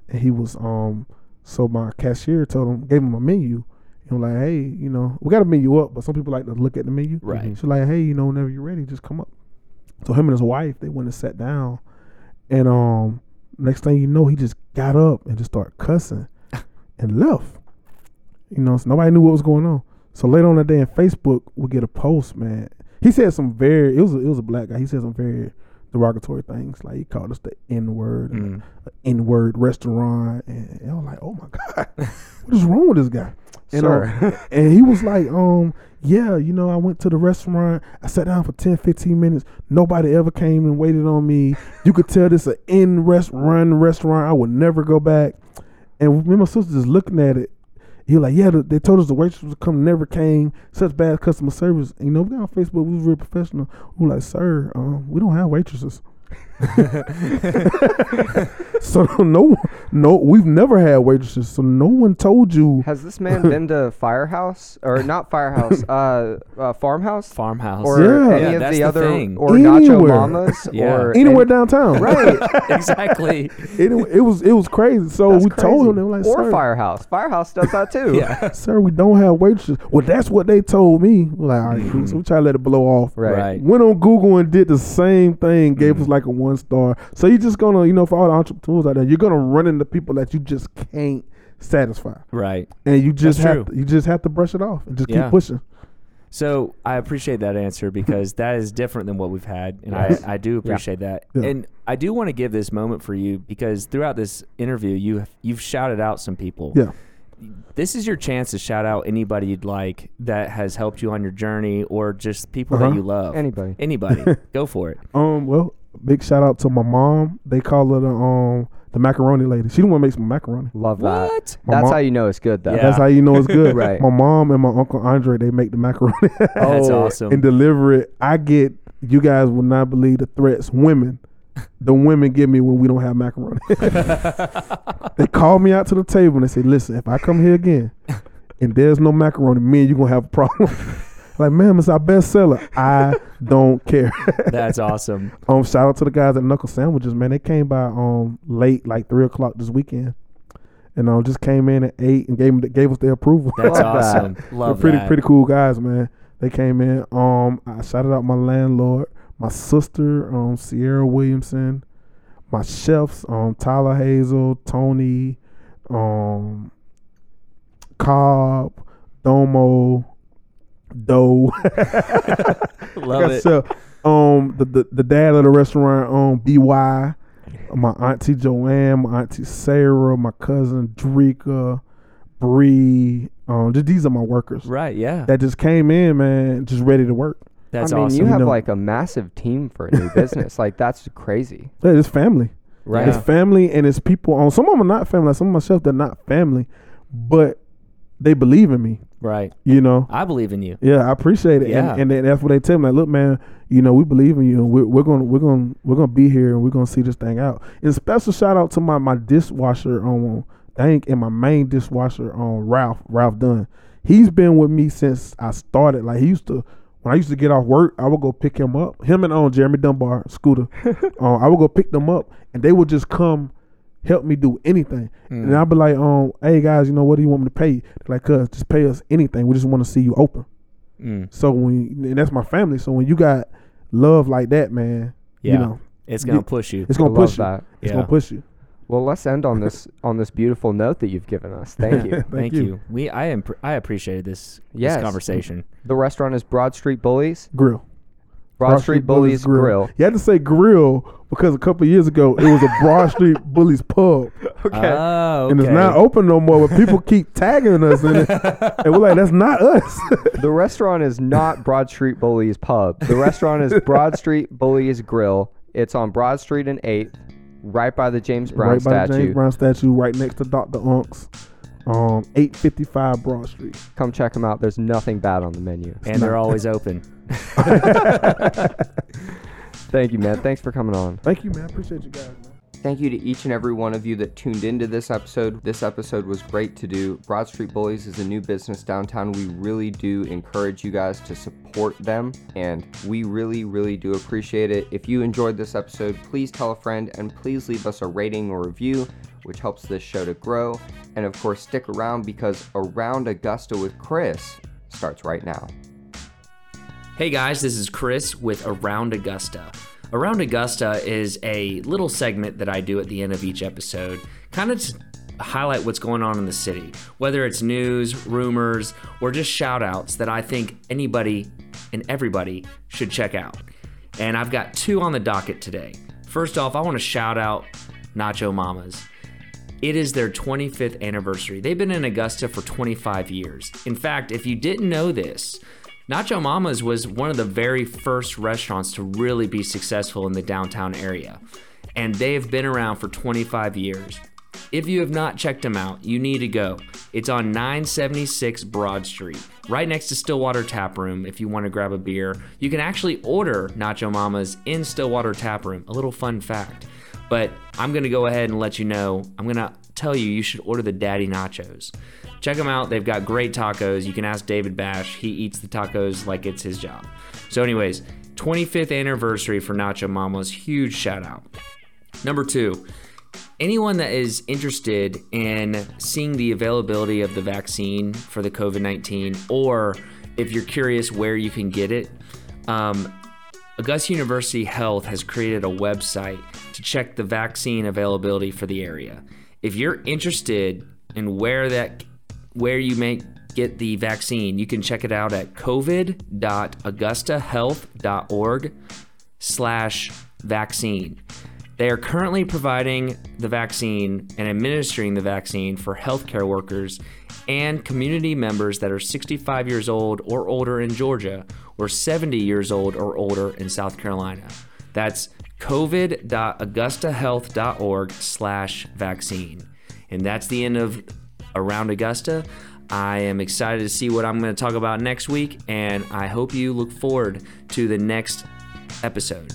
A: and he was um, so my cashier told him, gave him a menu. And like, hey, you know, we got to menu up, but some people like to look at the menu.
C: Right.
A: She's like, hey, you know, whenever you're ready, just come up. So him and his wife, they went and sat down, and um, next thing you know, he just got up and just started cussing, and left. You know, so nobody knew what was going on. So later on that day, in Facebook, we get a post, man. He said some very, it was a, it was a black guy. He said some very derogatory things, like he called us the N word, and
C: Mm.
A: N word restaurant, and, and I was like, oh my god, what is wrong with this guy? And,
B: Sir.
A: um, and he was like, um, yeah, you know, I went to the restaurant. I sat down for 10, 15 minutes. Nobody ever came and waited on me. You could tell this an in rest run restaurant. I would never go back. And me and my sister just looking at it. He was like, yeah, the, they told us the waitress was come, never came. Such bad customer service. And, you know, we got on Facebook. We was real professional. We were like, sir, um, we don't have waitresses. so no, no, we've never had waitresses. So no one told you.
B: Has this man been to Firehouse or not Firehouse? Uh, uh farmhouse.
C: Farmhouse.
B: Or
A: Yeah.
B: any
A: Yeah,
B: of
C: that's
B: the
C: the
B: other
C: thing.
B: or Nacho
A: Anywhere.
B: Mamas
C: Yeah.
B: or
A: Anywhere downtown,
B: right.
C: exactly.
A: it, it was it was crazy. So
B: That's
A: we told
B: crazy.
A: him they were like,
B: or
A: sir,
B: Firehouse. Firehouse does that too.
C: Yeah.
A: sir, we don't have waitresses. Well, that's what they told me. We're like, all right, cool. so we try to let it blow off.
B: Right.
C: Right.
A: Went on Google and did the same thing. Gave
C: Mm.
A: us like a one star. So you're just gonna, you know, for all the entrepreneurs out there, you're gonna run into people that you just can't satisfy,
C: Right.
A: and you just
C: That's
A: have
C: true.
A: to, you just have to brush it off and just
C: Yeah.
A: keep pushing.
C: So I appreciate that answer because that is different than what we've had, and
B: Yes.
C: I, I do appreciate that.
A: Yeah.
C: And I do want to give this moment for you because throughout this interview, you you've shouted out some people.
A: Yeah.
C: This is your chance to shout out anybody you'd like that has helped you on your journey, or just people that
A: Uh-huh.
C: you love.
B: Anybody.
C: Anybody. Go for it.
A: Um. Well, big shout out to my mom. They call her the um the macaroni lady. She the one makes my macaroni.
B: Love that.
C: What?
A: My
B: That's
A: mom-
B: how you know it's good though.
C: Yeah.
A: That's how you know it's good.
B: Right.
A: My mom and my uncle Andre, they make the macaroni
C: That's
B: Oh,
C: awesome.
A: and deliver it. I get you guys will not believe the threats women, the women give me when we don't have macaroni. they call me out to the table and they say, "Listen, if I come here again and there's no macaroni, man, you're gonna have a problem. like, man, it's our best seller. I don't care.
D: That's awesome.
A: Um, shout out to the guys at Knuckle Sandwiches, man. They came by um late, like three o'clock this weekend, and um just came in at eight and gave gave us their approval.
D: That's
A: Like,
D: awesome.
A: they're
D: Love
A: pretty
D: that.
A: pretty cool guys, man. They came in. Um, I shouted out my landlord, my sister, um, Sierra Williamson, my chefs, um, Tyler Hazel, Tony, um, Cobb, Domo, Doe.
D: Love it.
A: So, um, the, the the dad of the restaurant, um, By, my auntie Joanne, my auntie Sarah, my cousin Drika, Bree. Um, just these are my workers
D: Right. Yeah.
A: that just came in, man, just ready to work.
D: That's
B: I mean,
D: awesome.
B: you have
A: know.
B: like a massive team for a new business. Like that's crazy,
A: Yeah, it's family.
B: right?
A: It's family and it's people on some of them are not family. Like some of my chefs, they're not family, but they believe in me,
D: right.
A: you know.
D: I believe in you.
A: Yeah, I appreciate it.
D: Yeah.
A: And, and then that's what they tell me. Like, look, man, you know, we believe in you and we're, we're gonna we're gonna we're gonna be here and we're gonna see this thing out. And special shout out to my my dishwasher on Dank and my main dishwasher on Ralph, Ralph Dunn. He's been with me since I started. Like he used to when I used to get off work, I would go pick him up. Him and on Jeremy Dunbar, Scooter. um, I would go pick them up and they would just come help me do anything. And I'd be like, um, hey guys, you know, what do you want me to pay you? They're like, cuz just pay us anything. We just want to see you open.
D: Mm.
A: So when and that's my family. So when you got love like that, man,
D: Yeah.
A: you know,
D: It's gonna
A: You-
D: push you.
A: it's
B: I
A: gonna
B: love
A: push you.
B: that.
A: It's
D: Yeah.
A: gonna push you.
B: Well, let's end on this on this beautiful note that you've given us. Thank you.
A: Thank
D: Thank,
A: you.
D: you. We I am I appreciated this
B: Yes.
D: this conversation.
B: the restaurant is Broad Street Bullies.
A: Grill.
B: Broad, Street, Bullies Grill.
A: You had to say grill because a couple years ago it was a Broad Street Bullies pub,
B: Uh,
D: Oh, okay.
A: and it's not open no more. But people keep tagging us in it, and we're like, that's not us.
B: The restaurant is not Broad Street Bullies Pub. The restaurant is Broad Street Bullies Grill. It's on Broad Street and 8th, right by the James Brown
A: right by
B: statue.
A: the James Brown statue, right next to Doctor Unks, um, eight fifty five Broad Street.
B: Come check them out. There's nothing bad on the menu.
D: and they're always open.
B: Thank you, man. Thanks for coming on.
A: Thank you, man. Appreciate you guys. Man.
B: Thank you to each and every one of you that tuned into this episode. This episode was great to do. Broad Street Bullies is a new business downtown. We really do encourage you guys to support them, and we really, really do appreciate it. If you enjoyed this episode, please tell a friend and please leave us a rating or review, which helps this show to grow. And of course, stick around because Around Augusta with Chris starts right now.
C: Hey guys, this is Chris with Around Augusta. Around Augusta is a little segment that I do at the end of each episode, kind of to highlight what's going on in the city, whether it's news, rumors, or just shout outs that I think anybody and everybody should check out. And I've got two on the docket today. First off, I want to shout out Nacho Mamas. It is their 25th anniversary. They've been in Augusta for 25 years. In fact, if you didn't know this, Nacho Mama's was one of the very first restaurants to really be successful in the downtown area. And they have been around for 25 years. If you have not checked them out, you need to go. It's on 976 Broad Street, right next to Stillwater Tap Room. If you want to grab a beer, you can actually order Nacho Mamas in Stillwater Tap Room. A little fun fact. But I'm going to go ahead and let you know. I'm going to tell you you should order the Daddy Nachos. Check them out. They've got great tacos. You can ask David Bash. He eats the tacos like it's his job. So, anyways, 25th anniversary for Nacho Mama's. Huge shout out. Number two, anyone that is interested in seeing the availability of the vaccine for the COVID 19, or if you're curious where you can get it, um, Augusta University Health has created a website to check the vaccine availability for the area. If you're interested in where that where you may get the vaccine, you can check it out at covid.augustahealth.org slash vaccine. They are currently providing the vaccine and administering the vaccine for healthcare workers and community members that are 65 years old or older in Georgia or 70 years old or older in South Carolina. That's covid.augustahealth.org slash vaccine. And that's the end of Around Augusta. I am excited to see what I'm going to talk about next week, and I hope you look forward to the next episode.